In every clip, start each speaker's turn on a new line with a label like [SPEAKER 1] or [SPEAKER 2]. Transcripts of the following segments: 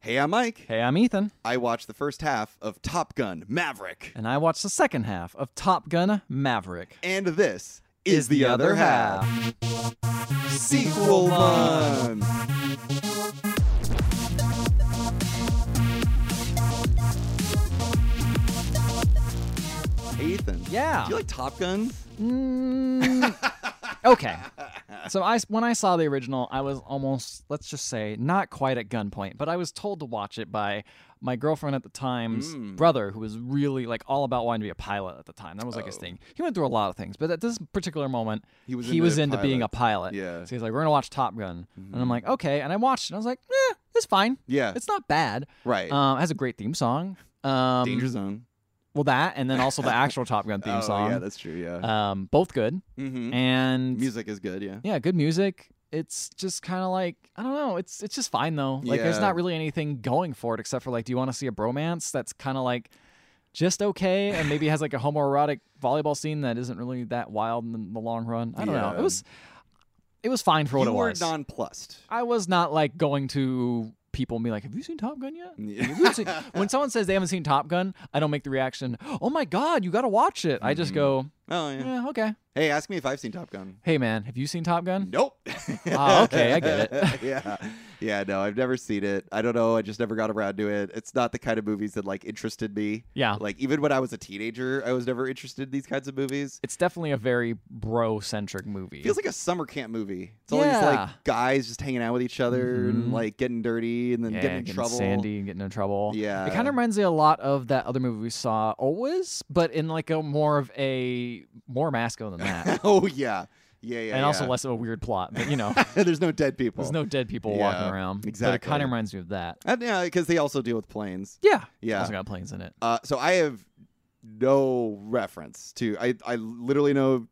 [SPEAKER 1] Hey, I'm Mike.
[SPEAKER 2] Hey, I'm Ethan,
[SPEAKER 1] I watched the first half of Top Gun Maverick.
[SPEAKER 2] and I watched the second half of Top Gun Maverick.
[SPEAKER 1] And this is, the, other half. Sequel month. Hey, Ethan.
[SPEAKER 2] Yeah.
[SPEAKER 1] Do you like Top Gun?
[SPEAKER 2] Mm, okay. So I when I saw the original, I was almost let's just say not quite at gunpoint, but I was told to watch it by my girlfriend at the time's
[SPEAKER 1] Mm.
[SPEAKER 2] brother, who was really like all about wanting to be a pilot at the time. That was like his thing. He went through a lot of things, but at this particular moment,
[SPEAKER 1] Oh. He was
[SPEAKER 2] he
[SPEAKER 1] into
[SPEAKER 2] was into being a pilot.
[SPEAKER 1] Yeah. Mm-hmm.
[SPEAKER 2] So he's like, "We're gonna watch Top Gun," and I'm like, "Okay." And I watched, it, and I was like, "Eh, it's fine.
[SPEAKER 1] Yeah.
[SPEAKER 2] It's not bad.
[SPEAKER 1] Right.
[SPEAKER 2] Um, it has a great theme song. Um,
[SPEAKER 1] Danger Zone.
[SPEAKER 2] Well, that and then also the actual Top Gun theme
[SPEAKER 1] oh,
[SPEAKER 2] song.
[SPEAKER 1] yeah, that's true. Yeah.
[SPEAKER 2] um, both good
[SPEAKER 1] hmm
[SPEAKER 2] and
[SPEAKER 1] Music is good. Yeah.
[SPEAKER 2] yeah, good music. It's just kind of like I don't know. It's it's just fine though. Like there's
[SPEAKER 1] Yeah.
[SPEAKER 2] not really anything going for it except for like, do you want to see a bromance that's kind of like just okay and maybe has like a homoerotic volleyball scene that isn't really that wild in the long run. I don't know.
[SPEAKER 1] Yeah.
[SPEAKER 2] It was it was fine for what
[SPEAKER 1] you
[SPEAKER 2] it
[SPEAKER 1] were
[SPEAKER 2] was.
[SPEAKER 1] nonplussed.
[SPEAKER 2] I was not like going to people and be like, "Have you seen Top Gun yet?"
[SPEAKER 1] Yeah.
[SPEAKER 2] Have you seen- when someone says they haven't seen Top Gun, I don't make the reaction, "Oh my god, you got to watch it." I just go,
[SPEAKER 1] Oh yeah.
[SPEAKER 2] "Yeah, okay.
[SPEAKER 1] Hey, ask me if I've seen Top Gun.
[SPEAKER 2] Hey man, have you seen Top Gun?"
[SPEAKER 1] Nope.
[SPEAKER 2] Ah, okay, I get it.
[SPEAKER 1] yeah. Yeah, no, I've never seen it. I don't know. I just never got around to it. It's not the kind of movies that like interested me.
[SPEAKER 2] Yeah.
[SPEAKER 1] Like even when I was a teenager, I was never interested in these kinds of movies.
[SPEAKER 2] it's definitely a very bro-centric movie.
[SPEAKER 1] It feels like a summer camp movie. It's all these
[SPEAKER 2] Yeah. Mm-hmm.
[SPEAKER 1] like guys just hanging out with each other and like getting dirty and then
[SPEAKER 2] yeah,
[SPEAKER 1] getting in trouble.
[SPEAKER 2] sandy and getting in trouble.
[SPEAKER 1] Yeah.
[SPEAKER 2] it kind of reminds me a lot of that other movie we saw, Always, but in like a more of a more masculine than that,
[SPEAKER 1] oh yeah. Yeah, yeah.
[SPEAKER 2] and also
[SPEAKER 1] yeah.
[SPEAKER 2] less of a weird plot. But you know,
[SPEAKER 1] there's no dead people.
[SPEAKER 2] there's no dead people
[SPEAKER 1] Yeah,
[SPEAKER 2] walking around. But it
[SPEAKER 1] exactly.
[SPEAKER 2] kind of reminds me of that.
[SPEAKER 1] And, yeah, because they also deal with planes.
[SPEAKER 2] Yeah,
[SPEAKER 1] Yeah.
[SPEAKER 2] Also got planes in it.
[SPEAKER 1] Uh, so I have no reference to. I I literally know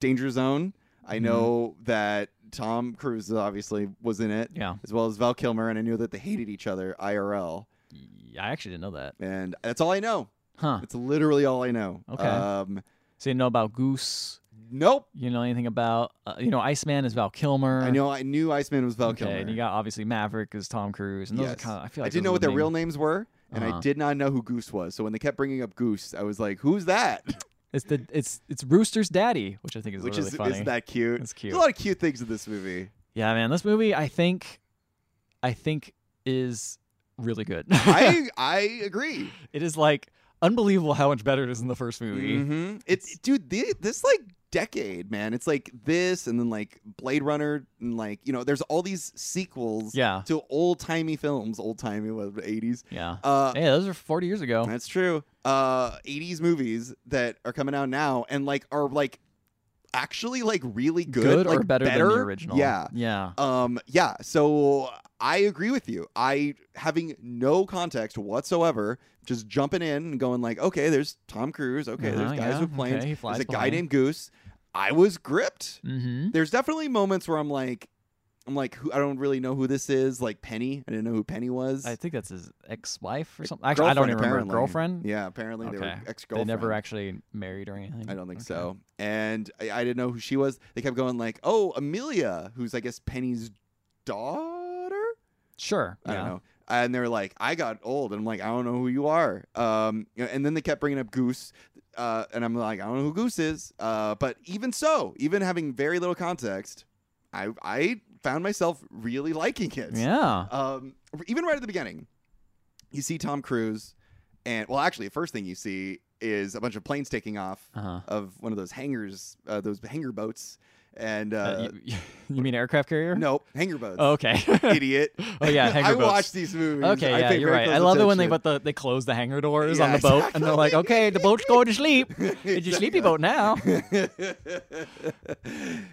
[SPEAKER 1] Danger Zone.
[SPEAKER 2] Mm-hmm.
[SPEAKER 1] I know that Tom Cruise obviously was in it,
[SPEAKER 2] Yeah,
[SPEAKER 1] as well as Val Kilmer, and I knew that they hated each other IRL,
[SPEAKER 2] Y- I actually didn't know that.
[SPEAKER 1] and that's all I know.
[SPEAKER 2] Huh?
[SPEAKER 1] It's literally all I know.
[SPEAKER 2] Okay.
[SPEAKER 1] Um,
[SPEAKER 2] So you know about Goose?
[SPEAKER 1] nope.
[SPEAKER 2] You know anything about? Uh, you know, Iceman is Val Kilmer.
[SPEAKER 1] I know. I knew Iceman was Val
[SPEAKER 2] Okay,
[SPEAKER 1] Kilmer.
[SPEAKER 2] and you got obviously Maverick is Tom Cruise, and those
[SPEAKER 1] Yes.
[SPEAKER 2] are kind of. I feel
[SPEAKER 1] I
[SPEAKER 2] like
[SPEAKER 1] didn't
[SPEAKER 2] those
[SPEAKER 1] know
[SPEAKER 2] are
[SPEAKER 1] what
[SPEAKER 2] the
[SPEAKER 1] their
[SPEAKER 2] main-
[SPEAKER 1] real names were, and I
[SPEAKER 2] Uh-huh.
[SPEAKER 1] did not know who Goose was. So when they kept bringing up Goose, I was like, "Who's that?"
[SPEAKER 2] It's the it's it's Rooster's daddy, which I think is
[SPEAKER 1] Which
[SPEAKER 2] really
[SPEAKER 1] is
[SPEAKER 2] funny.
[SPEAKER 1] isn't that cute?
[SPEAKER 2] That's
[SPEAKER 1] There's
[SPEAKER 2] cute.
[SPEAKER 1] a lot of cute things in this movie.
[SPEAKER 2] yeah, man, this movie I think, I think is really good.
[SPEAKER 1] I I agree.
[SPEAKER 2] it is like unbelievable how much better it is in the first movie.
[SPEAKER 1] Mm-hmm. It's dude, the, this like decade, man. It's like this, and then like Blade Runner, and like you know, there's all these sequels
[SPEAKER 2] Yeah,
[SPEAKER 1] to old timey films, old timey what eighties.
[SPEAKER 2] yeah.
[SPEAKER 1] Uh,
[SPEAKER 2] hey, those are forty years ago.
[SPEAKER 1] that's true. Uh, eighties movies that are coming out now, and like are like actually like really good,
[SPEAKER 2] or
[SPEAKER 1] like,
[SPEAKER 2] better, than the original.
[SPEAKER 1] Yeah.
[SPEAKER 2] yeah.
[SPEAKER 1] Um, yeah, so I agree with you. I having no context whatsoever, just jumping in and going like, okay, there's Tom Cruise. Okay, there's
[SPEAKER 2] Uh-huh,
[SPEAKER 1] guys
[SPEAKER 2] yeah,
[SPEAKER 1] with planes.
[SPEAKER 2] okay, he
[SPEAKER 1] there's
[SPEAKER 2] flies
[SPEAKER 1] a guy
[SPEAKER 2] plane.
[SPEAKER 1] named Goose. I was gripped.
[SPEAKER 2] Mm-hmm.
[SPEAKER 1] There's definitely moments where I'm like, I'm like, who, I don't really know who this is. Like Penny, I didn't know who Penny was.
[SPEAKER 2] I think that's his ex-wife or something. Actually, I don't
[SPEAKER 1] Girlfriend,
[SPEAKER 2] even
[SPEAKER 1] apparently.
[SPEAKER 2] remember girlfriend.
[SPEAKER 1] Yeah, apparently they were
[SPEAKER 2] Okay.
[SPEAKER 1] ex
[SPEAKER 2] They
[SPEAKER 1] girlfriend.
[SPEAKER 2] never actually married or anything.
[SPEAKER 1] I don't think
[SPEAKER 2] Okay.
[SPEAKER 1] so. And I, I didn't know who she was. They kept going like, oh, Amelia, who's I guess Penny's daughter.
[SPEAKER 2] Sure.
[SPEAKER 1] I don't
[SPEAKER 2] yeah.
[SPEAKER 1] know. And they were like, I got old. And I'm like, I don't know who you are. Um, you know, and then they kept bringing up Goose. Uh, and I'm like, I don't know who Goose is. Uh, but even so, even having very little context, I, I found myself really liking it.
[SPEAKER 2] Yeah.
[SPEAKER 1] Um, even right at the beginning, you see Tom Cruise. And well, actually, the first thing you see is a bunch of planes taking off
[SPEAKER 2] Uh-huh.
[SPEAKER 1] of one of those hangers, uh, those hangar boats. And uh,
[SPEAKER 2] Uh, you, you mean aircraft carrier?
[SPEAKER 1] no, hangar boats.
[SPEAKER 2] Oh, okay.
[SPEAKER 1] Idiot.
[SPEAKER 2] Oh, yeah,
[SPEAKER 1] I
[SPEAKER 2] hangar boats.
[SPEAKER 1] watch these movies.
[SPEAKER 2] Okay,
[SPEAKER 1] I
[SPEAKER 2] yeah,
[SPEAKER 1] pay
[SPEAKER 2] you're
[SPEAKER 1] very
[SPEAKER 2] right.
[SPEAKER 1] close
[SPEAKER 2] I love it when they
[SPEAKER 1] attention.
[SPEAKER 2] but the, they close the hangar doors
[SPEAKER 1] Yeah,
[SPEAKER 2] on the boat, and they're like, "Okay, the boat's going to sleep. It's your sleepy boat now."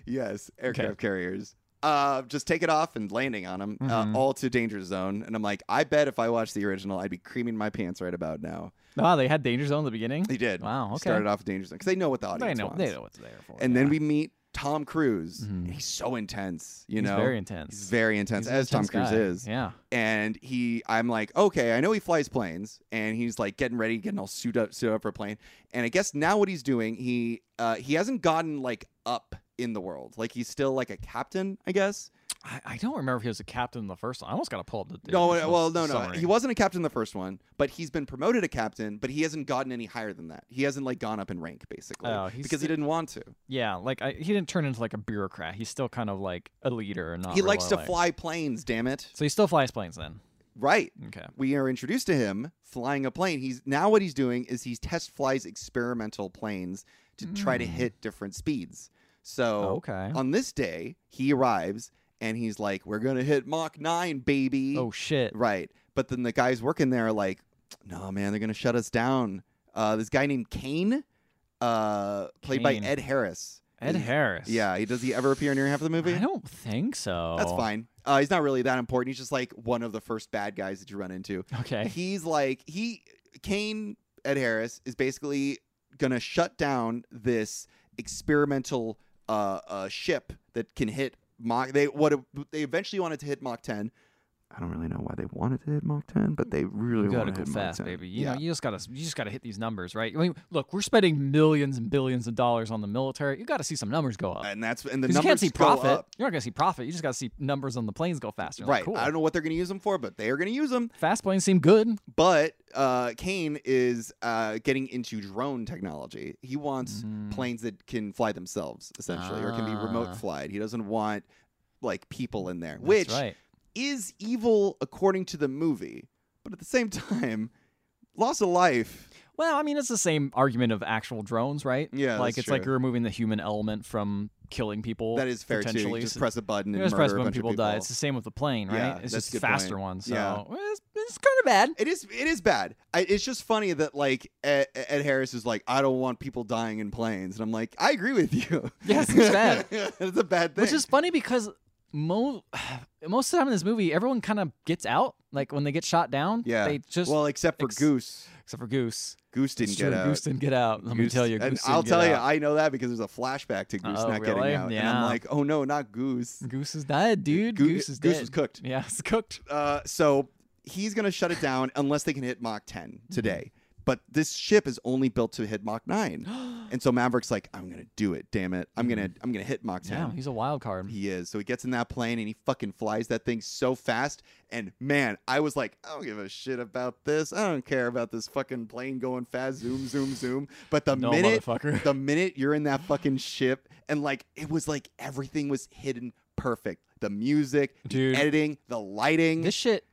[SPEAKER 1] yes, aircraft carriers. Uh, just taking off and landing on them,
[SPEAKER 2] Mhm.
[SPEAKER 1] uh, all to danger zone. And I'm like, I bet if I watched the original, I'd be creaming my pants right about now.
[SPEAKER 2] Wow, Ah, they had danger zone in the beginning.
[SPEAKER 1] They did.
[SPEAKER 2] Wow, okay.
[SPEAKER 1] Started off with danger zone because they know what the
[SPEAKER 2] They
[SPEAKER 1] audience
[SPEAKER 2] know.
[SPEAKER 1] wants.
[SPEAKER 2] They know what's there for.
[SPEAKER 1] And then
[SPEAKER 2] yeah.
[SPEAKER 1] we meet Tom Cruise.
[SPEAKER 2] Mhm.
[SPEAKER 1] He's so intense. You
[SPEAKER 2] He's
[SPEAKER 1] know,
[SPEAKER 2] very intense.
[SPEAKER 1] He's very intense,
[SPEAKER 2] He's an
[SPEAKER 1] as Tom Cruise
[SPEAKER 2] intense guy.
[SPEAKER 1] is.
[SPEAKER 2] Yeah.
[SPEAKER 1] and he i'm like okay i know he flies planes and he's like getting ready getting all suit up suit up for a plane and i guess now what he's doing he uh he hasn't gotten like up in the world like he's still like a captain i guess
[SPEAKER 2] I, I don't remember if he was a captain in the first one. I almost got to pull up the the
[SPEAKER 1] no, uh,
[SPEAKER 2] original
[SPEAKER 1] well, no, no.
[SPEAKER 2] summary.
[SPEAKER 1] He wasn't a captain the first one, but he's been promoted to captain, but he hasn't gotten any higher than that. He hasn't like gone up in rank basically
[SPEAKER 2] Oh, he's
[SPEAKER 1] because he
[SPEAKER 2] sti-
[SPEAKER 1] didn't want to.
[SPEAKER 2] Yeah, like I, he didn't turn into like a bureaucrat. He's still kind of like a leader and not.
[SPEAKER 1] he likes to
[SPEAKER 2] ruler, like-
[SPEAKER 1] fly planes. Damn it!
[SPEAKER 2] So he still flies planes then.
[SPEAKER 1] Right.
[SPEAKER 2] Okay.
[SPEAKER 1] We are introduced to him flying a plane. He's now what he's doing is he test flies experimental planes to try to
[SPEAKER 2] Mm.
[SPEAKER 1] hit different speeds. So uh,
[SPEAKER 2] okay.
[SPEAKER 1] on this day, he arrives and he's like, "We're gonna hit Mach nine, baby!"
[SPEAKER 2] Oh shit.
[SPEAKER 1] Right. But then the guys working there are like, no, man, they're going to shut us down. Uh, this guy named Kane, uh, played
[SPEAKER 2] Kane.
[SPEAKER 1] by Ed Harris.
[SPEAKER 2] Ed
[SPEAKER 1] Is-
[SPEAKER 2] Harris.
[SPEAKER 1] Yeah. He, does he ever appear in near half of the movie?
[SPEAKER 2] I don't think so.
[SPEAKER 1] That's fine. Uh, he's not really that important. He's just like one of the first bad guys that you run into.
[SPEAKER 2] Okay.
[SPEAKER 1] He's like, he, Kane, Ed Harris is basically going to shut down this experimental uh, uh, ship that can hit Mach. They, what, they eventually wanted to hit Mach 10. I don't really know why they wanted to hit Mach 10, but they really
[SPEAKER 2] You gotta
[SPEAKER 1] wanted to
[SPEAKER 2] go
[SPEAKER 1] hit
[SPEAKER 2] fast,
[SPEAKER 1] Mach 10.
[SPEAKER 2] baby. You
[SPEAKER 1] yeah.
[SPEAKER 2] know, you just gotta you just gotta hit these numbers, right? I mean, look, we're spending millions and billions of dollars on the military. You gotta see some numbers go up.
[SPEAKER 1] and that's and the
[SPEAKER 2] 'Cause
[SPEAKER 1] numbers
[SPEAKER 2] you can't see
[SPEAKER 1] go
[SPEAKER 2] profit.
[SPEAKER 1] up.
[SPEAKER 2] You're not gonna see profit. You just gotta see numbers on the planes go faster. Like,
[SPEAKER 1] Right.
[SPEAKER 2] cool.
[SPEAKER 1] I don't know what they're going to use them for, but they're going to use them.
[SPEAKER 2] Fast planes seem good.
[SPEAKER 1] But uh, Kane is uh, getting into drone technology. He wants
[SPEAKER 2] Mm.
[SPEAKER 1] planes that can fly themselves, essentially, or can be
[SPEAKER 2] Ah.
[SPEAKER 1] remote flied. He doesn't want like people in there,
[SPEAKER 2] That's
[SPEAKER 1] which
[SPEAKER 2] right.
[SPEAKER 1] is evil according to the movie. But at the same time, loss of life.
[SPEAKER 2] Well, I mean, it's the same argument of actual drones, right?
[SPEAKER 1] Yeah,
[SPEAKER 2] like
[SPEAKER 1] that's
[SPEAKER 2] it's like
[SPEAKER 1] true.
[SPEAKER 2] you're removing the human element from killing people.
[SPEAKER 1] That is fair too.
[SPEAKER 2] potentially.
[SPEAKER 1] Just
[SPEAKER 2] So-
[SPEAKER 1] press a button
[SPEAKER 2] you
[SPEAKER 1] and
[SPEAKER 2] just
[SPEAKER 1] murder
[SPEAKER 2] press
[SPEAKER 1] a
[SPEAKER 2] when
[SPEAKER 1] bunch
[SPEAKER 2] people,
[SPEAKER 1] of people
[SPEAKER 2] die. It's the same with the plane, right?
[SPEAKER 1] Yeah,
[SPEAKER 2] it's
[SPEAKER 1] that's
[SPEAKER 2] just
[SPEAKER 1] a good
[SPEAKER 2] faster
[SPEAKER 1] point.
[SPEAKER 2] one. So
[SPEAKER 1] Yeah.
[SPEAKER 2] it's, it's kind of bad.
[SPEAKER 1] It is. It is bad. I, it's just funny that like Ed, Ed Harris is like, I don't want people dying in planes, and I'm like, I agree with you.
[SPEAKER 2] Yes, it's bad.
[SPEAKER 1] it's a bad thing.
[SPEAKER 2] Which is funny because mo- most of the time in this movie, everyone kind of gets out. Like when they get shot down,
[SPEAKER 1] Yeah.
[SPEAKER 2] they just
[SPEAKER 1] well, except for
[SPEAKER 2] ex-
[SPEAKER 1] Goose.
[SPEAKER 2] except for Goose.
[SPEAKER 1] Goose
[SPEAKER 2] It's
[SPEAKER 1] didn't
[SPEAKER 2] true,
[SPEAKER 1] get out.
[SPEAKER 2] Goose didn't get out. Let me
[SPEAKER 1] Goose-
[SPEAKER 2] tell you, Goose
[SPEAKER 1] and
[SPEAKER 2] didn't
[SPEAKER 1] I'll
[SPEAKER 2] get
[SPEAKER 1] tell you,
[SPEAKER 2] out.
[SPEAKER 1] I know that because there's a flashback to Goose
[SPEAKER 2] Oh,
[SPEAKER 1] not
[SPEAKER 2] really?
[SPEAKER 1] getting out, and
[SPEAKER 2] Yeah.
[SPEAKER 1] I'm like, oh no, not Goose.
[SPEAKER 2] Goose is dead, dude.
[SPEAKER 1] Goo-
[SPEAKER 2] Goose is dead.
[SPEAKER 1] Goose was cooked.
[SPEAKER 2] yeah, it's cooked.
[SPEAKER 1] Uh, so he's gonna shut it down unless they can hit Mach 10 today. But this ship is only built to hit Mach 9, and so Maverick's like, I'm gonna do it. Damn it, I'm gonna I'm gonna hit Mach 10.
[SPEAKER 2] Mm. yeah, he's a wild card.
[SPEAKER 1] He is. So he gets in that plane and he fucking flies that thing so fast. And man, I was like, I don't give a shit about this. I don't care about this fucking plane going fast. Zoom, zoom, zoom. But the
[SPEAKER 2] no
[SPEAKER 1] minute,
[SPEAKER 2] motherfucker.
[SPEAKER 1] the minute you're in that fucking ship, and like it was like everything was hidden perfect. The music,
[SPEAKER 2] Dude.
[SPEAKER 1] the editing, the lighting,
[SPEAKER 2] This shit,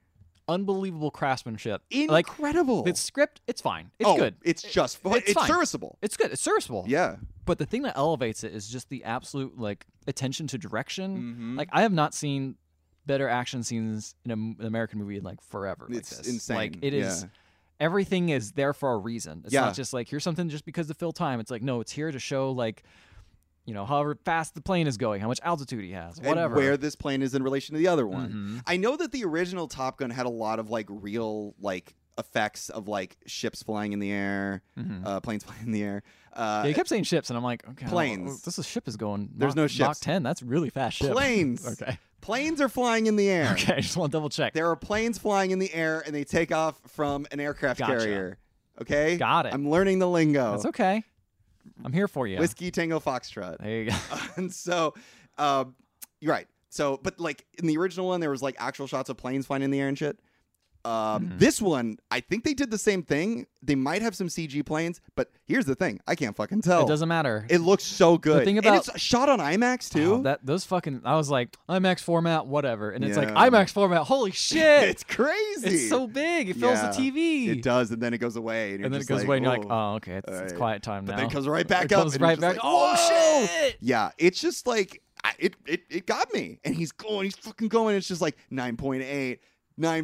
[SPEAKER 2] unbelievable craftsmanship. Like
[SPEAKER 1] incredible.
[SPEAKER 2] the script, it's fine. It's
[SPEAKER 1] oh,
[SPEAKER 2] good.
[SPEAKER 1] It's just fu-
[SPEAKER 2] it's
[SPEAKER 1] It's,
[SPEAKER 2] fine.
[SPEAKER 1] serviceable.
[SPEAKER 2] It's good. It's serviceable.
[SPEAKER 1] Yeah.
[SPEAKER 2] But the thing that elevates it is just the absolute like attention to direction.
[SPEAKER 1] Mhm.
[SPEAKER 2] Like I have not seen better action scenes in a m an American movie in like forever. like
[SPEAKER 1] It's
[SPEAKER 2] this.
[SPEAKER 1] insane.
[SPEAKER 2] Like it is.
[SPEAKER 1] Yeah.
[SPEAKER 2] Everything is there for a reason. It's
[SPEAKER 1] Yeah.
[SPEAKER 2] not just like here's something just because to fill time. It's like no, it's here to show like, you know, however fast the plane is going, how much altitude he has, whatever.
[SPEAKER 1] And where this plane is in relation to the other one.
[SPEAKER 2] Mhm.
[SPEAKER 1] I know that the original Top Gun had a lot of like real like effects of like ships flying in the air,
[SPEAKER 2] Mhm.
[SPEAKER 1] uh, planes flying in the air. Uh,
[SPEAKER 2] Yeah, he kept saying ships, and I'm like, okay, well,
[SPEAKER 1] Planes.
[SPEAKER 2] this is ship is going.
[SPEAKER 1] There's
[SPEAKER 2] Mach-
[SPEAKER 1] no
[SPEAKER 2] Mach
[SPEAKER 1] ships.
[SPEAKER 2] ten. That's really fast ship.
[SPEAKER 1] planes.
[SPEAKER 2] okay.
[SPEAKER 1] Planes are flying in the air.
[SPEAKER 2] Okay. I just want to double check.
[SPEAKER 1] There are planes flying in the air and they take off from an aircraft
[SPEAKER 2] Gotcha.
[SPEAKER 1] carrier. Okay?
[SPEAKER 2] Got it.
[SPEAKER 1] I'm learning the lingo.
[SPEAKER 2] That's okay. I'm here for you.
[SPEAKER 1] Whiskey Tango Foxtrot.
[SPEAKER 2] There you go.
[SPEAKER 1] and so um, you're right so but like in the original one there was like actual shots of planes flying in the air and shit um,
[SPEAKER 2] Mhm.
[SPEAKER 1] this one i think they did the same thing they might have some cg planes but here's the thing i can't fucking tell
[SPEAKER 2] It doesn't matter.
[SPEAKER 1] Oh. It looks so good
[SPEAKER 2] thing
[SPEAKER 1] and
[SPEAKER 2] about-
[SPEAKER 1] it's shot on imax too
[SPEAKER 2] Oh, that those fucking. I was like IMAX format, whatever, and it's like
[SPEAKER 1] Yeah.
[SPEAKER 2] IMAX format. Holy shit!
[SPEAKER 1] it's crazy
[SPEAKER 2] It's so big. It fills
[SPEAKER 1] Yeah.
[SPEAKER 2] the TV.
[SPEAKER 1] it does and then it goes away and, you're
[SPEAKER 2] And then it
[SPEAKER 1] just
[SPEAKER 2] goes away, and you're like,
[SPEAKER 1] "Whoa."
[SPEAKER 2] oh, okay, it's, it's
[SPEAKER 1] Alright.
[SPEAKER 2] quiet time
[SPEAKER 1] but
[SPEAKER 2] now.
[SPEAKER 1] then it comes right back
[SPEAKER 2] It
[SPEAKER 1] up
[SPEAKER 2] comes
[SPEAKER 1] and you're
[SPEAKER 2] right
[SPEAKER 1] just like,
[SPEAKER 2] back. oh
[SPEAKER 1] "Whoa!"
[SPEAKER 2] shit!
[SPEAKER 1] Yeah, it's just like I, it, it it got me, and he's going, he's fucking going. It's just like 9.8,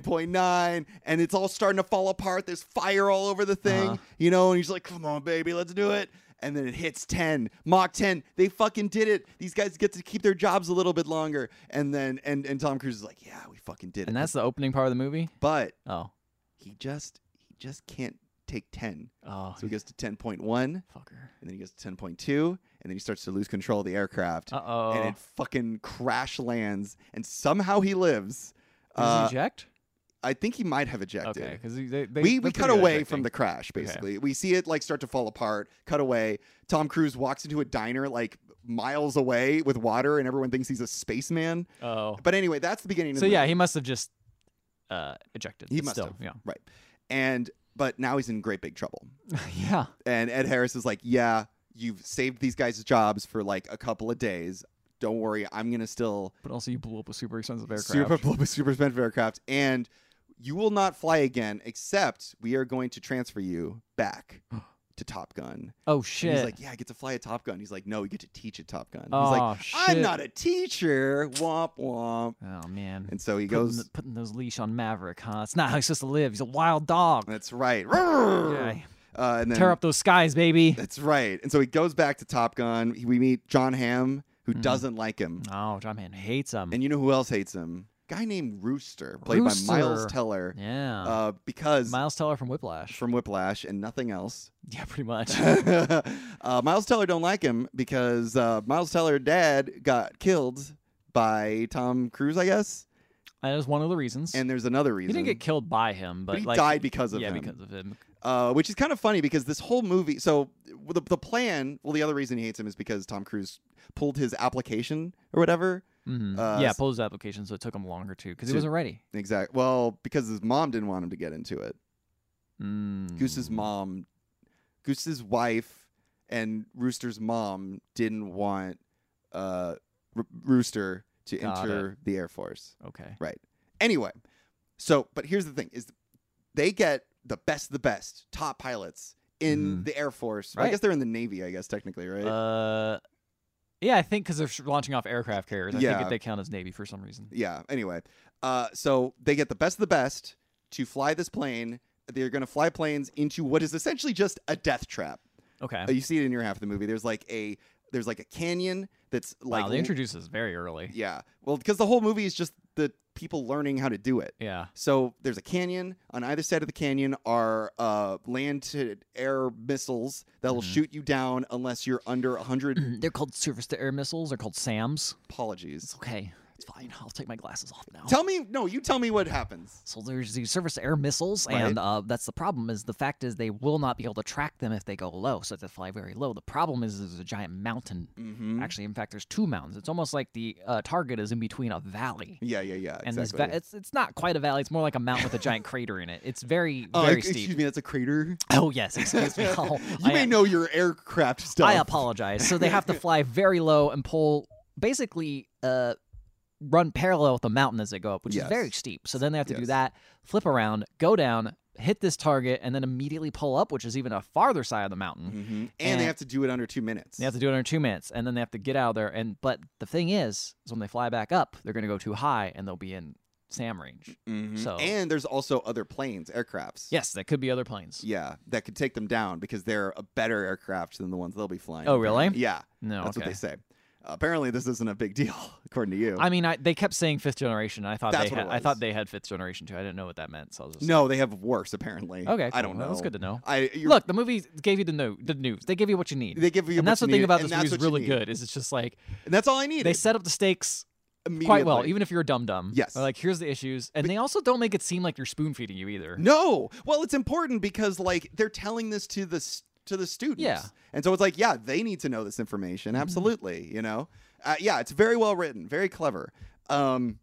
[SPEAKER 1] 9.9, and it's all starting to fall apart. There's fire all over the thing,
[SPEAKER 2] Uh-huh.
[SPEAKER 1] you know. And he's like, "Come on, baby, let's do it." And then it hits 10, Mach 10. They fucking did it. These guys get to keep their jobs a little bit longer. And then and and Tom Cruise is like, "Yeah, we fucking did it."
[SPEAKER 2] And that's the opening part of the movie.
[SPEAKER 1] but
[SPEAKER 2] Oh,
[SPEAKER 1] he just he just can't take 10.
[SPEAKER 2] oh,
[SPEAKER 1] So he goes to 10.1, and
[SPEAKER 2] fucker.
[SPEAKER 1] then he goes to 10.2, and then he starts to lose control of the aircraft
[SPEAKER 2] Uh oh.
[SPEAKER 1] and it fucking crash lands, and somehow he lives.
[SPEAKER 2] Does
[SPEAKER 1] Uh,
[SPEAKER 2] he eject?
[SPEAKER 1] I think he might have ejected.
[SPEAKER 2] Okay, because they,
[SPEAKER 1] we
[SPEAKER 2] they they're
[SPEAKER 1] we cut
[SPEAKER 2] pretty good at
[SPEAKER 1] away
[SPEAKER 2] that
[SPEAKER 1] from
[SPEAKER 2] thing.
[SPEAKER 1] the crash basically. We see it like start to fall apart, cut away. Tom Cruise walks into a diner like miles away with water and everyone thinks he's a spaceman.
[SPEAKER 2] Oh,
[SPEAKER 1] But anyway, that's the beginning of
[SPEAKER 2] so
[SPEAKER 1] the
[SPEAKER 2] yeah, he must have just uh, ejected.
[SPEAKER 1] He
[SPEAKER 2] but
[SPEAKER 1] must
[SPEAKER 2] still,
[SPEAKER 1] have. Right. And but now he's in great big trouble.
[SPEAKER 2] Yeah, yeah.
[SPEAKER 1] And Ed Harris is like, "Yeah, you've saved these guys' jobs for like a couple of days. Don't worry, I'm going to still
[SPEAKER 2] But also, you blew up a super expensive aircraft.
[SPEAKER 1] super blow up a super expensive aircraft and you will not fly again except we are going to transfer you back to Top Gun."
[SPEAKER 2] oh
[SPEAKER 1] And
[SPEAKER 2] shit!
[SPEAKER 1] he's like, "Yeah, I get to fly at Top Gun." He's like, "No, you get to teach at Top Gun."
[SPEAKER 2] oh
[SPEAKER 1] he's like,
[SPEAKER 2] shit!
[SPEAKER 1] "I'm not a teacher." Womp womp.
[SPEAKER 2] Oh man.
[SPEAKER 1] And so he
[SPEAKER 2] putting,
[SPEAKER 1] goes
[SPEAKER 2] the- putting those leash on Maverick, huh? It's not how he's supposed to live. He's a wild dog.
[SPEAKER 1] That's right. Roar!
[SPEAKER 2] Yeah.
[SPEAKER 1] Uh, and then
[SPEAKER 2] Tear up those skies, baby.
[SPEAKER 1] That's right. And so he goes back to Top Gun. He- We meet John Hamm, who
[SPEAKER 2] Mm-hmm.
[SPEAKER 1] doesn't like him.
[SPEAKER 2] Oh, John Man hates him.
[SPEAKER 1] And you know who else hates him? Guy named Rooster, played
[SPEAKER 2] Rooster.
[SPEAKER 1] by Miles Teller,
[SPEAKER 2] yeah.
[SPEAKER 1] uh, because
[SPEAKER 2] Miles Teller from Whiplash.
[SPEAKER 1] from Whiplash and nothing else.
[SPEAKER 2] yeah, pretty much.
[SPEAKER 1] uh, Miles Teller don't like him because uh, Miles Teller dad got killed by Tom Cruise, I guess.
[SPEAKER 2] that is one of the reasons.
[SPEAKER 1] And there's another
[SPEAKER 2] he
[SPEAKER 1] reason.
[SPEAKER 2] didn't get killed by him, but,
[SPEAKER 1] he
[SPEAKER 2] like,
[SPEAKER 1] died because of
[SPEAKER 2] yeah,
[SPEAKER 1] him.
[SPEAKER 2] because of him.
[SPEAKER 1] uh, which is kind of funny because this whole movie. So the the plan. Well, the other reason he hates him is because Tom Cruise pulled his application or whatever.
[SPEAKER 2] Mhm.
[SPEAKER 1] Uh,
[SPEAKER 2] yeah,
[SPEAKER 1] s-
[SPEAKER 2] pulled his application, so it took him longer to because he
[SPEAKER 1] to-
[SPEAKER 2] wasn't ready.
[SPEAKER 1] Exact. Well, because his mom didn't want him to get into it.
[SPEAKER 2] Mm.
[SPEAKER 1] Goose's mom, Goose's wife, and Rooster's mom didn't want uh, R- Rooster to
[SPEAKER 2] Got
[SPEAKER 1] enter the Air Force.
[SPEAKER 2] Okay.
[SPEAKER 1] Anyway, so but here's the thing: is they get the best of the best top pilots in
[SPEAKER 2] Mhm.
[SPEAKER 1] the Air Force. Well, I
[SPEAKER 2] Right.
[SPEAKER 1] guess they're in the Navy. I guess technically, right?
[SPEAKER 2] Uh, yeah, I think because they're sh- launching off aircraft carriers. I
[SPEAKER 1] Yeah.
[SPEAKER 2] think they count as Navy for some reason.
[SPEAKER 1] yeah anyway uh, so they get the best of the best to fly this plane they're going to fly planes into what is essentially just a death trap
[SPEAKER 2] Okay.
[SPEAKER 1] Uh, you see it in your half of the movie there's like a there's like a canyon that's like
[SPEAKER 2] wow, they introduced this very early.
[SPEAKER 1] yeah well because the whole movie is just the people learning how to do it
[SPEAKER 2] Yeah.
[SPEAKER 1] so there's a canyon on either side of the canyon are uh, land to air missiles that will
[SPEAKER 2] Mhm.
[SPEAKER 1] shoot you down unless you're under 100
[SPEAKER 2] Mm, They're called surface to air missiles. They're called SAMs.
[SPEAKER 1] apologies
[SPEAKER 2] It's okay. It's fine. I'll take my glasses off now.
[SPEAKER 1] tell me no you tell me what happens
[SPEAKER 2] so there's these surface to air missiles,
[SPEAKER 1] Right.
[SPEAKER 2] and uh, that's the problem. Is the fact is they will not be able to track them if they go low, so they fly very low. The problem is there's a giant mountain.
[SPEAKER 1] mm-hmm.
[SPEAKER 2] Actually, in fact, there's two mountains. It's almost like the uh, target is in between a valley.
[SPEAKER 1] yeah yeah yeah
[SPEAKER 2] And this
[SPEAKER 1] exactly.
[SPEAKER 2] va- it's it's not quite a valley. It's more like a mountain with a giant crater in it. It's very
[SPEAKER 1] Oh,
[SPEAKER 2] very
[SPEAKER 1] ex-
[SPEAKER 2] steep.
[SPEAKER 1] Excuse me, that's a crater.
[SPEAKER 2] Oh yes, excuse me. Oh,
[SPEAKER 1] you
[SPEAKER 2] I,
[SPEAKER 1] may know your aircraft stuff.
[SPEAKER 2] I apologize. So they have to fly very low and pull basically uh run parallel with the mountain as they go up, which
[SPEAKER 1] Yes.
[SPEAKER 2] is very steep. So then they have to do
[SPEAKER 1] Yes.
[SPEAKER 2] that, flip around, go down, hit this target, and then immediately pull up, which is even a farther side of the mountain.
[SPEAKER 1] Mhm. And,
[SPEAKER 2] And-
[SPEAKER 1] they have to do it under two minutes.
[SPEAKER 2] They have to do it under two minutes, and then they have to get out of there. And but the thing is, is when they fly back up, they're going to go too high, and they'll be in SAM range.
[SPEAKER 1] Mhm.
[SPEAKER 2] so-
[SPEAKER 1] and there's also other planes, aircrafts.
[SPEAKER 2] Yes, that could be other planes.
[SPEAKER 1] Yeah, that could take them down because they're a better aircraft than the ones they'll be flying.
[SPEAKER 2] Oh, really?
[SPEAKER 1] Yeah,
[SPEAKER 2] No,
[SPEAKER 1] that's
[SPEAKER 2] okay.
[SPEAKER 1] what they say. apparently, this isn't a big deal, according to you.
[SPEAKER 2] I mean, I, they kept saying fifth generation. And I thought
[SPEAKER 1] That's
[SPEAKER 2] they
[SPEAKER 1] what
[SPEAKER 2] had,
[SPEAKER 1] it
[SPEAKER 2] I thought
[SPEAKER 1] was.
[SPEAKER 2] they had fifth generation too. I didn't know what that meant, so I was just
[SPEAKER 1] no, they have worse. Apparently,
[SPEAKER 2] Okay,
[SPEAKER 1] I
[SPEAKER 2] cool.
[SPEAKER 1] don't know.
[SPEAKER 2] Well, That's good to know.
[SPEAKER 1] I you're-
[SPEAKER 2] Look, the movie gave you the no, the news. They give you what you need.
[SPEAKER 1] they give you.
[SPEAKER 2] and
[SPEAKER 1] what
[SPEAKER 2] that's
[SPEAKER 1] you
[SPEAKER 2] the thing
[SPEAKER 1] need,
[SPEAKER 2] about
[SPEAKER 1] and
[SPEAKER 2] this
[SPEAKER 1] that's
[SPEAKER 2] movie is
[SPEAKER 1] what you
[SPEAKER 2] really
[SPEAKER 1] need.
[SPEAKER 2] good. Is it's just like
[SPEAKER 1] and that's all I needed.
[SPEAKER 2] they set up the stakes quite well,
[SPEAKER 1] immediately.
[SPEAKER 2] even if you're a dumb dumb.
[SPEAKER 1] Yes.
[SPEAKER 2] They're like here's the issues, and they also don't make it seem like they're spoon feeding you either.
[SPEAKER 1] No. Well, it's important because like they're telling this to the s- to the students.
[SPEAKER 2] Yeah. Mm-hmm.
[SPEAKER 1] And so it's like, yeah, they need to know this information. Absolutely. You know. Uh, yeah, it's very well written, very clever. Um,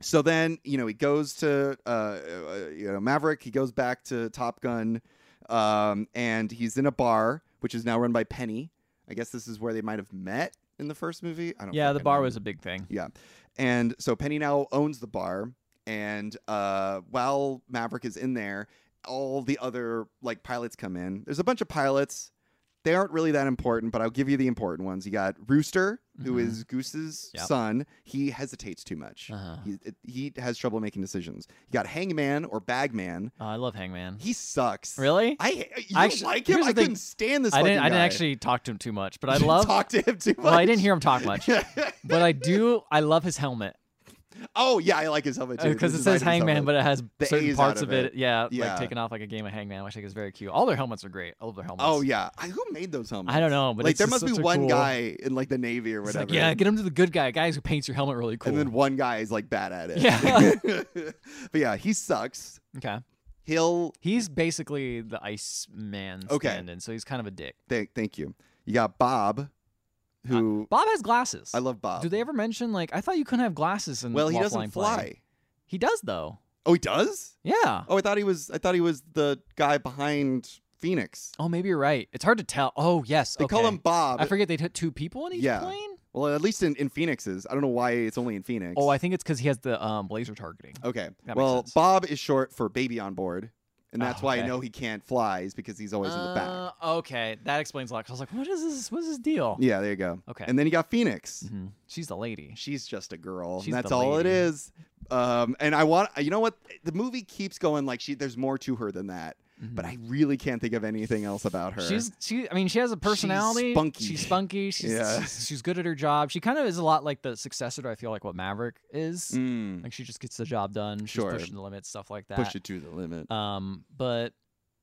[SPEAKER 1] so then you know he goes to uh, uh, you know Maverick. He goes back to Top Gun, um, and he's in a bar which is now run by Penny. I guess this is where they might have met in the first movie. I don't.
[SPEAKER 2] Yeah, the
[SPEAKER 1] fucking
[SPEAKER 2] bar
[SPEAKER 1] know.
[SPEAKER 2] was a big thing.
[SPEAKER 1] Yeah. And so Penny now owns the bar. And uh, while Maverick is in there, all the other like pilots come in. There's a bunch of pilots. They aren't really that important, but I'll give you the important ones. You got Rooster, who
[SPEAKER 2] Mhm.
[SPEAKER 1] is Goose's
[SPEAKER 2] Yep.
[SPEAKER 1] son. He hesitates too much.
[SPEAKER 2] Uh-huh.
[SPEAKER 1] He, it- he has trouble making decisions. You got Hangman or Bagman.
[SPEAKER 2] Oh, I love Hangman.
[SPEAKER 1] He sucks.
[SPEAKER 2] Really?
[SPEAKER 1] I you
[SPEAKER 2] I
[SPEAKER 1] don't
[SPEAKER 2] actu-
[SPEAKER 1] like him.
[SPEAKER 2] here's
[SPEAKER 1] I
[SPEAKER 2] the thing.
[SPEAKER 1] couldn't stand this.
[SPEAKER 2] I didn't.
[SPEAKER 1] fucking
[SPEAKER 2] I didn't
[SPEAKER 1] guy.
[SPEAKER 2] actually talk to him too much, but I
[SPEAKER 1] You
[SPEAKER 2] love.
[SPEAKER 1] talk to him too much.
[SPEAKER 2] Well, I didn't hear him talk much,
[SPEAKER 1] him.
[SPEAKER 2] but I do. I love his helmet.
[SPEAKER 1] Oh yeah, I like his helmet too.
[SPEAKER 2] because
[SPEAKER 1] The
[SPEAKER 2] Uh, it says
[SPEAKER 1] design of his
[SPEAKER 2] Hangman,
[SPEAKER 1] helmet.
[SPEAKER 2] but it has
[SPEAKER 1] The
[SPEAKER 2] certain
[SPEAKER 1] A's
[SPEAKER 2] parts
[SPEAKER 1] out
[SPEAKER 2] of
[SPEAKER 1] of
[SPEAKER 2] it,
[SPEAKER 1] it.
[SPEAKER 2] yeah,
[SPEAKER 1] Yeah.
[SPEAKER 2] like taken off like a game of Hangman, which I think is very cute. All their helmets are great. I love their helmets.
[SPEAKER 1] oh yeah, I, who made those helmets?
[SPEAKER 2] I don't know, but
[SPEAKER 1] like
[SPEAKER 2] it's
[SPEAKER 1] there
[SPEAKER 2] just
[SPEAKER 1] must be
[SPEAKER 2] such a
[SPEAKER 1] one
[SPEAKER 2] cool-
[SPEAKER 1] guy in like the navy or
[SPEAKER 2] It's
[SPEAKER 1] whatever.
[SPEAKER 2] like, yeah, get him to the good guy, guys who paints your helmet really cool.
[SPEAKER 1] and then one guy is like bad at it.
[SPEAKER 2] Yeah.
[SPEAKER 1] but yeah, he sucks.
[SPEAKER 2] okay,
[SPEAKER 1] He'll
[SPEAKER 2] he's basically the Ice Man
[SPEAKER 1] Okay.
[SPEAKER 2] stand-in, so he's kind of a dick.
[SPEAKER 1] thank thank you. You got Bob, who
[SPEAKER 2] Uh, Bob has glasses.
[SPEAKER 1] I love Bob.
[SPEAKER 2] Do they ever mention like I thought you couldn't have glasses in
[SPEAKER 1] well, he
[SPEAKER 2] Law
[SPEAKER 1] doesn't
[SPEAKER 2] Flying Play.
[SPEAKER 1] fly.
[SPEAKER 2] He does though.
[SPEAKER 1] Oh, he does.
[SPEAKER 2] Yeah.
[SPEAKER 1] Oh, I thought he was. I thought he was the guy behind Phoenix.
[SPEAKER 2] Oh, maybe you're right. It's hard to tell. Oh, yes.
[SPEAKER 1] They call
[SPEAKER 2] okay.
[SPEAKER 1] him Bob.
[SPEAKER 2] I forget they took two people in each
[SPEAKER 1] Yeah.
[SPEAKER 2] plane.
[SPEAKER 1] well, at least in, in Phoenix's. I don't know why it's only in Phoenix.
[SPEAKER 2] Oh, I think it's because he has the um, laser targeting.
[SPEAKER 1] Okay.
[SPEAKER 2] That makes
[SPEAKER 1] well,
[SPEAKER 2] sense.
[SPEAKER 1] Bob is short for baby on board, and that's
[SPEAKER 2] Oh,
[SPEAKER 1] why I
[SPEAKER 2] okay.
[SPEAKER 1] know he can't fly is because Oh, he's always in the back.
[SPEAKER 2] Uh, okay, that explains a lot. 'cause I was like, what is this? What is this deal?
[SPEAKER 1] Yeah, there you go.
[SPEAKER 2] Okay.
[SPEAKER 1] And then you got Phoenix.
[SPEAKER 2] Mhm. She's the lady.
[SPEAKER 1] She's just a girl. and
[SPEAKER 2] She's
[SPEAKER 1] that's
[SPEAKER 2] the
[SPEAKER 1] all it
[SPEAKER 2] lady.
[SPEAKER 1] is. Um, and I want you know what the movie keeps going like she there's more to her than that, but I really can't think of anything else about her.
[SPEAKER 2] Mm-hmm. She's she. I mean, she has a personality.
[SPEAKER 1] spunky.
[SPEAKER 2] She's spunky. She's,
[SPEAKER 1] Yeah.
[SPEAKER 2] she's she's good at her job. She kind of is a lot like the successor to I feel like what Maverick is.
[SPEAKER 1] Mm,
[SPEAKER 2] Like she just gets the job done. She's
[SPEAKER 1] Sure.
[SPEAKER 2] pushing the limits, stuff like that.
[SPEAKER 1] push it to the limit.
[SPEAKER 2] Um, but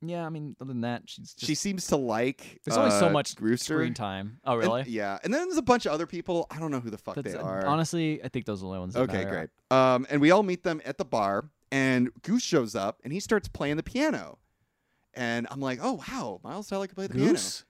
[SPEAKER 2] yeah, I mean, other than that, she's just,
[SPEAKER 1] she seems to like.
[SPEAKER 2] there's only so
[SPEAKER 1] uh,
[SPEAKER 2] much
[SPEAKER 1] Rooster.
[SPEAKER 2] screen time. Oh,
[SPEAKER 1] And-
[SPEAKER 2] really?
[SPEAKER 1] yeah, and then there's a bunch of other people. I don't know who the fuck
[SPEAKER 2] That's-
[SPEAKER 1] they
[SPEAKER 2] uh,
[SPEAKER 1] are.
[SPEAKER 2] Honestly, I think those are the only ones. That
[SPEAKER 1] Okay,
[SPEAKER 2] matter.
[SPEAKER 1] great. Um, and we all meet them at the bar, and Goose shows up and he starts playing the piano. And I'm like, oh, wow, Miles Teller can play the
[SPEAKER 2] Goose,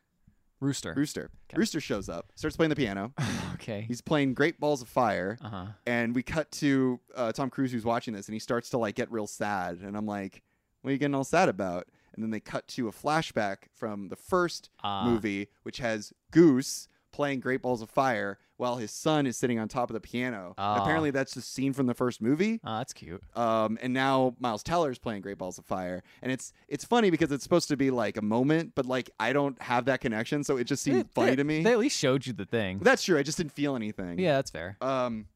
[SPEAKER 2] rooster.
[SPEAKER 1] piano. Rooster.
[SPEAKER 2] Okay.
[SPEAKER 1] Rooster shows up, starts playing the piano.
[SPEAKER 2] okay.
[SPEAKER 1] He's playing Great Balls of Fire.
[SPEAKER 2] Uh huh.
[SPEAKER 1] And we cut to uh, Tom Cruise, who's watching this, and he starts to like get real sad. And I'm like, what are you getting all sad about? And then they cut to a flashback from the first
[SPEAKER 2] Ah.
[SPEAKER 1] movie, which has Goose playing Great Balls of Fire while his son is sitting on top of the piano. And
[SPEAKER 2] Ah.
[SPEAKER 1] Apparently, that's the scene from the first movie.
[SPEAKER 2] Oh, that's cute.
[SPEAKER 1] Um, and now Miles Teller's playing Great Balls of Fire, and it's it's funny because it's supposed to be like a moment, but like I don't have that connection, so it just
[SPEAKER 2] They-
[SPEAKER 1] seemed funny
[SPEAKER 2] they-
[SPEAKER 1] to me.
[SPEAKER 2] They at least showed you the thing.
[SPEAKER 1] That's true. I just didn't feel anything.
[SPEAKER 2] yeah, that's fair.
[SPEAKER 1] Um.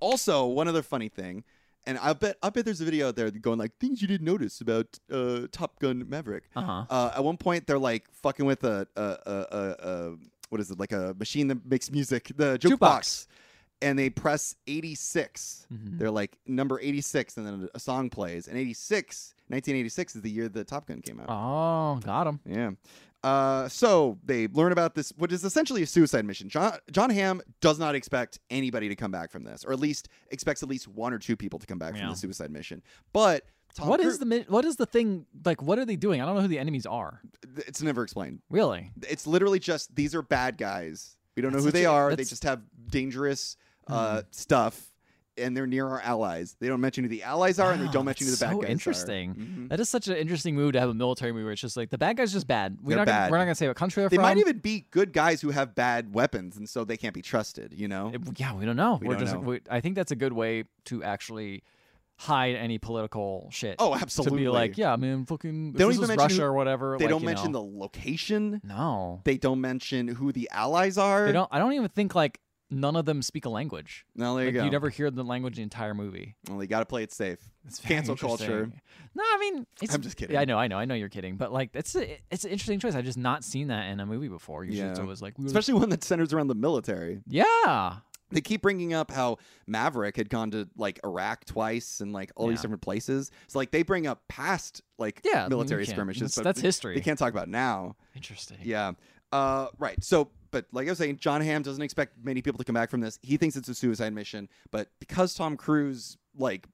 [SPEAKER 1] Also, one other funny thing, and I bet I bet there's a video out there going like things you didn't notice about uh, Top Gun Maverick.
[SPEAKER 2] Uh huh.
[SPEAKER 1] Uh, at one point, they're like fucking with a a, a, a, a what is it like a machine that makes music, the jukebox,
[SPEAKER 2] Jukebox.
[SPEAKER 1] and they press 86.
[SPEAKER 2] Mhm.
[SPEAKER 1] They're like number 86, and then a song plays. And 86, 1986 is the year the Top Gun came out.
[SPEAKER 2] Oh, got him.
[SPEAKER 1] Yeah. Uh, so they learn about this, what is essentially a suicide mission. John John Hamm does not expect anybody to come back from this, or at least expects at least one or two people to come back from
[SPEAKER 2] Yeah.
[SPEAKER 1] the suicide mission. But Tom
[SPEAKER 2] What
[SPEAKER 1] Cru-
[SPEAKER 2] is the mi- what is the thing like? What are they doing? I don't know who the enemies are.
[SPEAKER 1] It's never explained.
[SPEAKER 2] Really?
[SPEAKER 1] It's literally just these are bad guys. We don't know
[SPEAKER 2] That's
[SPEAKER 1] who
[SPEAKER 2] such
[SPEAKER 1] they
[SPEAKER 2] a-
[SPEAKER 1] are. They
[SPEAKER 2] that's- Hmm.
[SPEAKER 1] just have dangerous uh, stuff, and they're near our allies. They don't mention who the allies are, and they
[SPEAKER 2] Wow,
[SPEAKER 1] don't mention who the
[SPEAKER 2] that's
[SPEAKER 1] bad
[SPEAKER 2] so
[SPEAKER 1] guys
[SPEAKER 2] interesting.
[SPEAKER 1] are. Mhm.
[SPEAKER 2] That is such an interesting move to have a military movie where it's just like the bad guy's just bad. We're
[SPEAKER 1] They're
[SPEAKER 2] not gonna,
[SPEAKER 1] bad.
[SPEAKER 2] we're not gonna say what country they're
[SPEAKER 1] They
[SPEAKER 2] from.
[SPEAKER 1] might even be good guys who have bad weapons, and so they can't be trusted. You know,
[SPEAKER 2] It- yeah, we don't know.
[SPEAKER 1] We
[SPEAKER 2] are
[SPEAKER 1] don't
[SPEAKER 2] just
[SPEAKER 1] know.
[SPEAKER 2] We, I think that's a good way to actually hide any political shit.
[SPEAKER 1] Oh,
[SPEAKER 2] To
[SPEAKER 1] absolutely.
[SPEAKER 2] be like, yeah, man, fucking
[SPEAKER 1] They
[SPEAKER 2] they
[SPEAKER 1] don't
[SPEAKER 2] this
[SPEAKER 1] even
[SPEAKER 2] was
[SPEAKER 1] mention
[SPEAKER 2] Russia
[SPEAKER 1] who-
[SPEAKER 2] or whatever.
[SPEAKER 1] They
[SPEAKER 2] like,
[SPEAKER 1] don't
[SPEAKER 2] you
[SPEAKER 1] mention
[SPEAKER 2] know.
[SPEAKER 1] the location.
[SPEAKER 2] No.
[SPEAKER 1] They don't mention who the allies are.
[SPEAKER 2] They don't I don't even think like none of them speak a language.
[SPEAKER 1] No, there
[SPEAKER 2] Like,
[SPEAKER 1] you go.
[SPEAKER 2] you never hear the language the entire movie.
[SPEAKER 1] Well, you got to play it safe.
[SPEAKER 2] It's very
[SPEAKER 1] Cancel culture.
[SPEAKER 2] interesting. No, I mean, it's,
[SPEAKER 1] I'm just kidding.
[SPEAKER 2] Yeah, I know, I know, I know you're kidding, but like, it's a, it's an interesting choice. I've just not seen that in a movie before. Usually, it's
[SPEAKER 1] Yeah.
[SPEAKER 2] always like, we were-
[SPEAKER 1] Especially one that centers around the military.
[SPEAKER 2] yeah,
[SPEAKER 1] They keep bringing up how Maverick had gone to like Iraq twice and like all these
[SPEAKER 2] Yeah.
[SPEAKER 1] different places. So like they bring up past like
[SPEAKER 2] yeah, I mean, you
[SPEAKER 1] military
[SPEAKER 2] can't-
[SPEAKER 1] skirmishes.
[SPEAKER 2] That's,
[SPEAKER 1] but
[SPEAKER 2] that's
[SPEAKER 1] they-
[SPEAKER 2] history.
[SPEAKER 1] They can't talk about now.
[SPEAKER 2] Interesting.
[SPEAKER 1] Yeah. Uh, right. So, but like I was saying, John Hamm doesn't expect many people to come back from this. He thinks it's a suicide mission, but because Tom Cruise like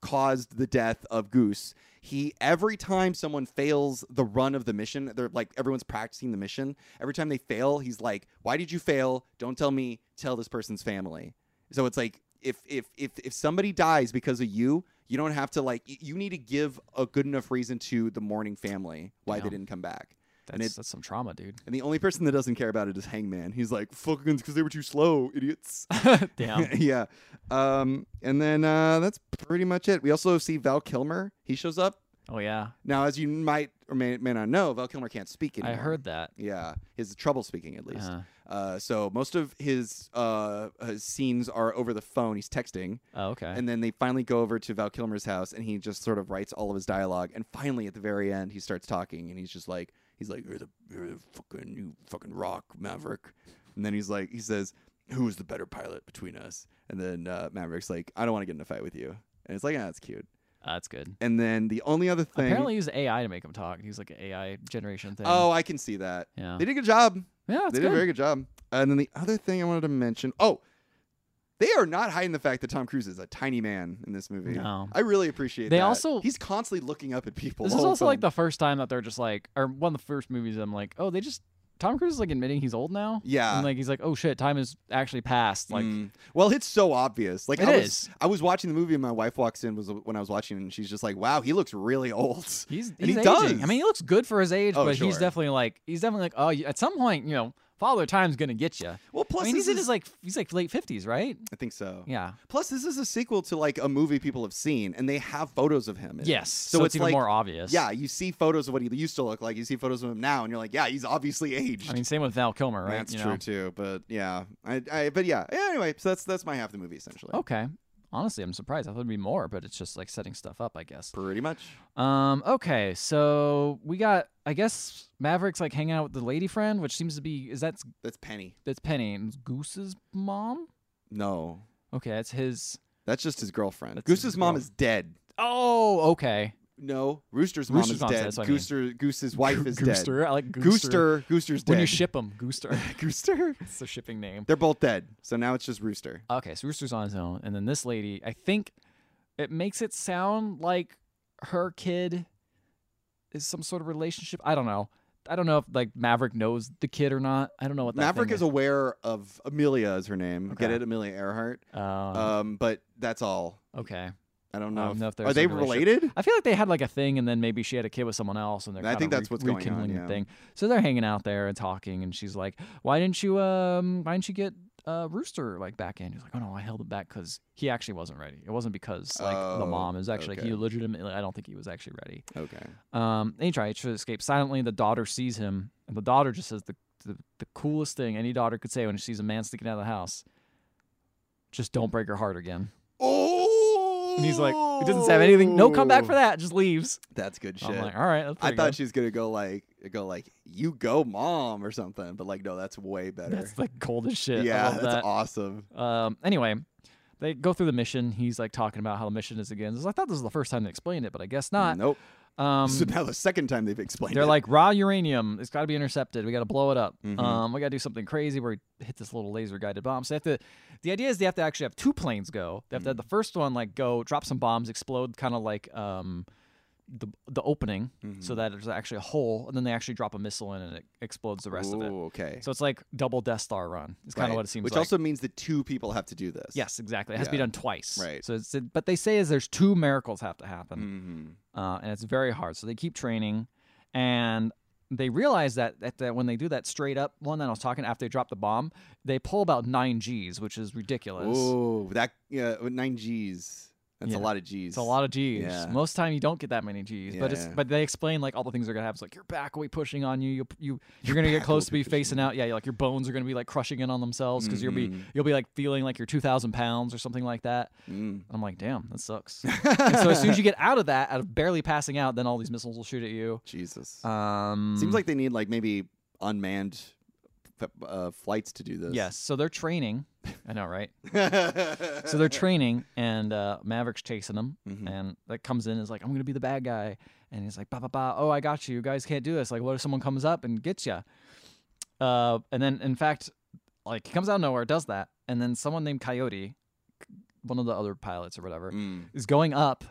[SPEAKER 1] caused the death of Goose, he every time someone fails the run of the mission, they're like everyone's practicing the mission. Every time they fail, he's like, "Why did you fail? Don't tell me. Tell this person's family." So it's like if if if if somebody dies because of you, you don't have to like y- you need to give a good enough reason to the mourning family why they
[SPEAKER 2] Yeah.
[SPEAKER 1] didn't come back.
[SPEAKER 2] that's,
[SPEAKER 1] and it-
[SPEAKER 2] that's some trauma, dude.
[SPEAKER 1] And the only person that doesn't care about it is Hangman. He's like, fucking, because they were too slow, idiots.
[SPEAKER 2] Damn.
[SPEAKER 1] yeah. Um, and then uh, that's pretty much it. We also see Val Kilmer. He shows up.
[SPEAKER 2] Oh yeah,
[SPEAKER 1] Now, as you might or may, may not know, Val Kilmer can't speak
[SPEAKER 2] I
[SPEAKER 1] anymore.
[SPEAKER 2] heard that.
[SPEAKER 1] Yeah. He has trouble speaking, at least.
[SPEAKER 2] Uh,
[SPEAKER 1] Uh, so most of his, uh, his scenes are over the phone. He's texting.
[SPEAKER 2] oh okay.
[SPEAKER 1] And then they finally go over to Val Kilmer's house and he just sort of writes all of his dialogue. And finally, at the very end, he starts talking and he's just like, he's like, you're the, you're the fucking, you fucking rock, Maverick. And then he's like, he says, who is the better pilot between us? And then uh, Maverick's like, I don't want to get in a fight with you. And it's like, ah, that's cute.
[SPEAKER 2] Uh, that's good.
[SPEAKER 1] And then the only other thing.
[SPEAKER 2] Apparently, he used AI to make him talk. He was like an AI generation thing.
[SPEAKER 1] oh, I can see that.
[SPEAKER 2] yeah,
[SPEAKER 1] They did a good job.
[SPEAKER 2] yeah, that's
[SPEAKER 1] they
[SPEAKER 2] good.
[SPEAKER 1] did a very good job. And then the other thing I wanted to mention. Oh, they are not hiding the fact that Tom Cruise is a tiny man in this movie.
[SPEAKER 2] No.
[SPEAKER 1] I really appreciate
[SPEAKER 2] They
[SPEAKER 1] that.
[SPEAKER 2] also-
[SPEAKER 1] he's constantly looking up at people.
[SPEAKER 2] This
[SPEAKER 1] the
[SPEAKER 2] is
[SPEAKER 1] whole
[SPEAKER 2] also like
[SPEAKER 1] film.
[SPEAKER 2] the first time that they're just like, or one of the first movies I'm like, oh, they just Tom Cruise is like admitting he's old now.
[SPEAKER 1] Yeah.
[SPEAKER 2] and like he's like, oh shit, time has actually passed. Like
[SPEAKER 1] Mm. well, it's so obvious. Like
[SPEAKER 2] It
[SPEAKER 1] I was,
[SPEAKER 2] is.
[SPEAKER 1] I was watching the movie and my wife walks in was when I was watching and she's just like, "Wow, he looks really old."
[SPEAKER 2] he's
[SPEAKER 1] And
[SPEAKER 2] he's
[SPEAKER 1] he
[SPEAKER 2] aging.
[SPEAKER 1] does.
[SPEAKER 2] I mean, he looks good for his age,
[SPEAKER 1] Oh,
[SPEAKER 2] but he's
[SPEAKER 1] sure.
[SPEAKER 2] definitely like he's definitely like, oh, you- at some point, you know, Father Time's gonna get you.
[SPEAKER 1] Well, plus
[SPEAKER 2] I mean,
[SPEAKER 1] this
[SPEAKER 2] he's in
[SPEAKER 1] is-
[SPEAKER 2] his like he's like late fifties, right?
[SPEAKER 1] I think so.
[SPEAKER 2] Yeah.
[SPEAKER 1] Plus, this is a sequel to like a movie people have seen, and they have photos of him. in it.
[SPEAKER 2] Yes. So, it's, even
[SPEAKER 1] like,
[SPEAKER 2] more obvious.
[SPEAKER 1] Yeah, you see photos of what he used to look like. You see photos of him now, and you're like, yeah, he's obviously aged.
[SPEAKER 2] I mean, same with Val Kilmer, right?
[SPEAKER 1] That's
[SPEAKER 2] You
[SPEAKER 1] true
[SPEAKER 2] know?
[SPEAKER 1] too. But yeah, I, I but yeah. yeah, Anyway, so that's that's my half the movie essentially.
[SPEAKER 2] Okay. Honestly, I'm surprised. I thought it'd be more, but it's just like setting stuff up, I guess.
[SPEAKER 1] pretty much.
[SPEAKER 2] Um. Okay. So we got, I guess, Maverick's like hanging out with the lady friend, which seems to be is that's
[SPEAKER 1] That's Penny.
[SPEAKER 2] that's Penny and it's Goose's mom.
[SPEAKER 1] No,
[SPEAKER 2] Okay, that's his.
[SPEAKER 1] that's just his girlfriend.
[SPEAKER 2] That's
[SPEAKER 1] Goose's
[SPEAKER 2] his
[SPEAKER 1] mom
[SPEAKER 2] girl-
[SPEAKER 1] is dead.
[SPEAKER 2] Oh, okay.
[SPEAKER 1] No, Rooster's mom
[SPEAKER 2] Rooster's
[SPEAKER 1] is
[SPEAKER 2] mom's dead,
[SPEAKER 1] dead.
[SPEAKER 2] that's what I mean.
[SPEAKER 1] Gooster, Goose's wife is
[SPEAKER 2] Gooster.
[SPEAKER 1] dead.
[SPEAKER 2] I like Gooster.
[SPEAKER 1] Gooster, Gooster's
[SPEAKER 2] When
[SPEAKER 1] dead.
[SPEAKER 2] you ship them, Gooster.
[SPEAKER 1] Gooster,
[SPEAKER 2] it's the shipping name.
[SPEAKER 1] they're both dead. So now it's just Rooster.
[SPEAKER 2] Okay, so Rooster's on his own, and then this lady. I think it makes it sound like her kid is some sort of relationship. I don't know. I don't know if like Maverick knows the kid or not. I don't know what that
[SPEAKER 1] Maverick
[SPEAKER 2] thing
[SPEAKER 1] is aware of Amelia is her name. Get
[SPEAKER 2] Okay.
[SPEAKER 1] it, Amelia Earhart.
[SPEAKER 2] Um,
[SPEAKER 1] Um, but that's all.
[SPEAKER 2] okay.
[SPEAKER 1] I don't
[SPEAKER 2] I
[SPEAKER 1] know.
[SPEAKER 2] don't
[SPEAKER 1] if-
[SPEAKER 2] know if there's
[SPEAKER 1] are
[SPEAKER 2] a
[SPEAKER 1] they
[SPEAKER 2] relationship.
[SPEAKER 1] related?
[SPEAKER 2] I feel like they had like a thing, and then maybe she had a kid with someone else, and they're
[SPEAKER 1] I
[SPEAKER 2] kinda
[SPEAKER 1] think that's
[SPEAKER 2] re-
[SPEAKER 1] what's going on,
[SPEAKER 2] rekindling
[SPEAKER 1] yeah.
[SPEAKER 2] the thing. So they're hanging out there and talking, and she's like, "Why didn't you um Why didn't you get uh Rooster like back in?" He's like, "Oh no, I held it back because he actually wasn't ready. It wasn't because like the
[SPEAKER 1] Oh,
[SPEAKER 2] mom. It was actually
[SPEAKER 1] okay.
[SPEAKER 2] like he legitimately. I don't think he was actually ready."
[SPEAKER 1] Okay.
[SPEAKER 2] Um, and he tries to escape silently. The daughter sees him, and the daughter just says the, the the coolest thing any daughter could say when she sees a man sneaking out of the house. Just don't break her heart again.
[SPEAKER 1] Oh.
[SPEAKER 2] And he's like, he doesn't say anything. No comeback for that. Just leaves.
[SPEAKER 1] That's good shit.
[SPEAKER 2] I'm like, all right. That's
[SPEAKER 1] I
[SPEAKER 2] pretty
[SPEAKER 1] thought
[SPEAKER 2] good.
[SPEAKER 1] she was gonna go like go like you go mom or something, but like no, that's way better.
[SPEAKER 2] That's like cold as shit. I
[SPEAKER 1] yeah,
[SPEAKER 2] love
[SPEAKER 1] that's
[SPEAKER 2] that.
[SPEAKER 1] awesome.
[SPEAKER 2] Um, anyway, they go through the mission. He's like talking about how the mission is again. I thought this was the first time they explained it, but I guess not.
[SPEAKER 1] Nope. Mm.
[SPEAKER 2] Um,
[SPEAKER 1] this is now the second time they've explained.
[SPEAKER 2] they're
[SPEAKER 1] it.
[SPEAKER 2] like raw uranium. It's got to be intercepted. We got to blow it up.
[SPEAKER 1] Mhm.
[SPEAKER 2] Um, we got to do something crazy where we hit this little laser guided bomb. So they have to. The idea is they have to actually have two planes go. They have to
[SPEAKER 1] Mm.
[SPEAKER 2] have the first one like go drop some bombs, explode, kind of like um, the the opening,
[SPEAKER 1] Mm-hmm. Mm.
[SPEAKER 2] so that there's actually a hole, and then they actually drop a missile in and it explodes the rest of it.
[SPEAKER 1] Ooh, okay.
[SPEAKER 2] So it's like double Death Star run. It's kind of
[SPEAKER 1] Right.
[SPEAKER 2] what it seems
[SPEAKER 1] Which
[SPEAKER 2] like.
[SPEAKER 1] also means that two people have to do this.
[SPEAKER 2] yes, exactly. It has to be
[SPEAKER 1] Yeah.
[SPEAKER 2] done twice.
[SPEAKER 1] Right.
[SPEAKER 2] So it's but they say is there's two miracles have to happen,
[SPEAKER 1] hmm
[SPEAKER 2] uh, and it's very hard. So they keep training, and they realize that, that that when they do that straight up one that I was talking after they drop the bomb, they pull about nine G's, which is ridiculous.
[SPEAKER 1] Ooh, that yeah, with nine G's. That's
[SPEAKER 2] Yeah.
[SPEAKER 1] a lot of G's.
[SPEAKER 2] It's a lot of G's.
[SPEAKER 1] Yeah.
[SPEAKER 2] Most time you don't get that many G's, but it's
[SPEAKER 1] Yeah.
[SPEAKER 2] but they explain like all the things they're gonna have. It's like your back will be pushing on you. You you you're gonna get
[SPEAKER 1] back will
[SPEAKER 2] close to
[SPEAKER 1] be
[SPEAKER 2] be facing out. Yeah, like your bones are gonna be like crushing in on themselves because you'll
[SPEAKER 1] Mm-hmm.
[SPEAKER 2] be you'll be like feeling like you're two thousand pounds or something like that.
[SPEAKER 1] Mm.
[SPEAKER 2] I'm like, damn, that sucks. and so as soon as you get out of that, out of barely passing out, then all these missiles will shoot at you.
[SPEAKER 1] Jesus.
[SPEAKER 2] Um,
[SPEAKER 1] Seems like they need like maybe unmanned f- uh, flights to do this.
[SPEAKER 2] yes. So they're training. I know, right? so they're training, and uh, Maverick's chasing them,
[SPEAKER 1] Mhm.
[SPEAKER 2] and that comes in and is like, "I'm gonna be the bad guy," and he's like, "Ba ba ba! Oh, I got you. You guys can't do this. Like, what if someone comes up and gets you?" Uh, and then, in fact, like he comes out of nowhere, does that, and then someone named Coyote, one of the other pilots or whatever,
[SPEAKER 1] Mm.
[SPEAKER 2] is going up,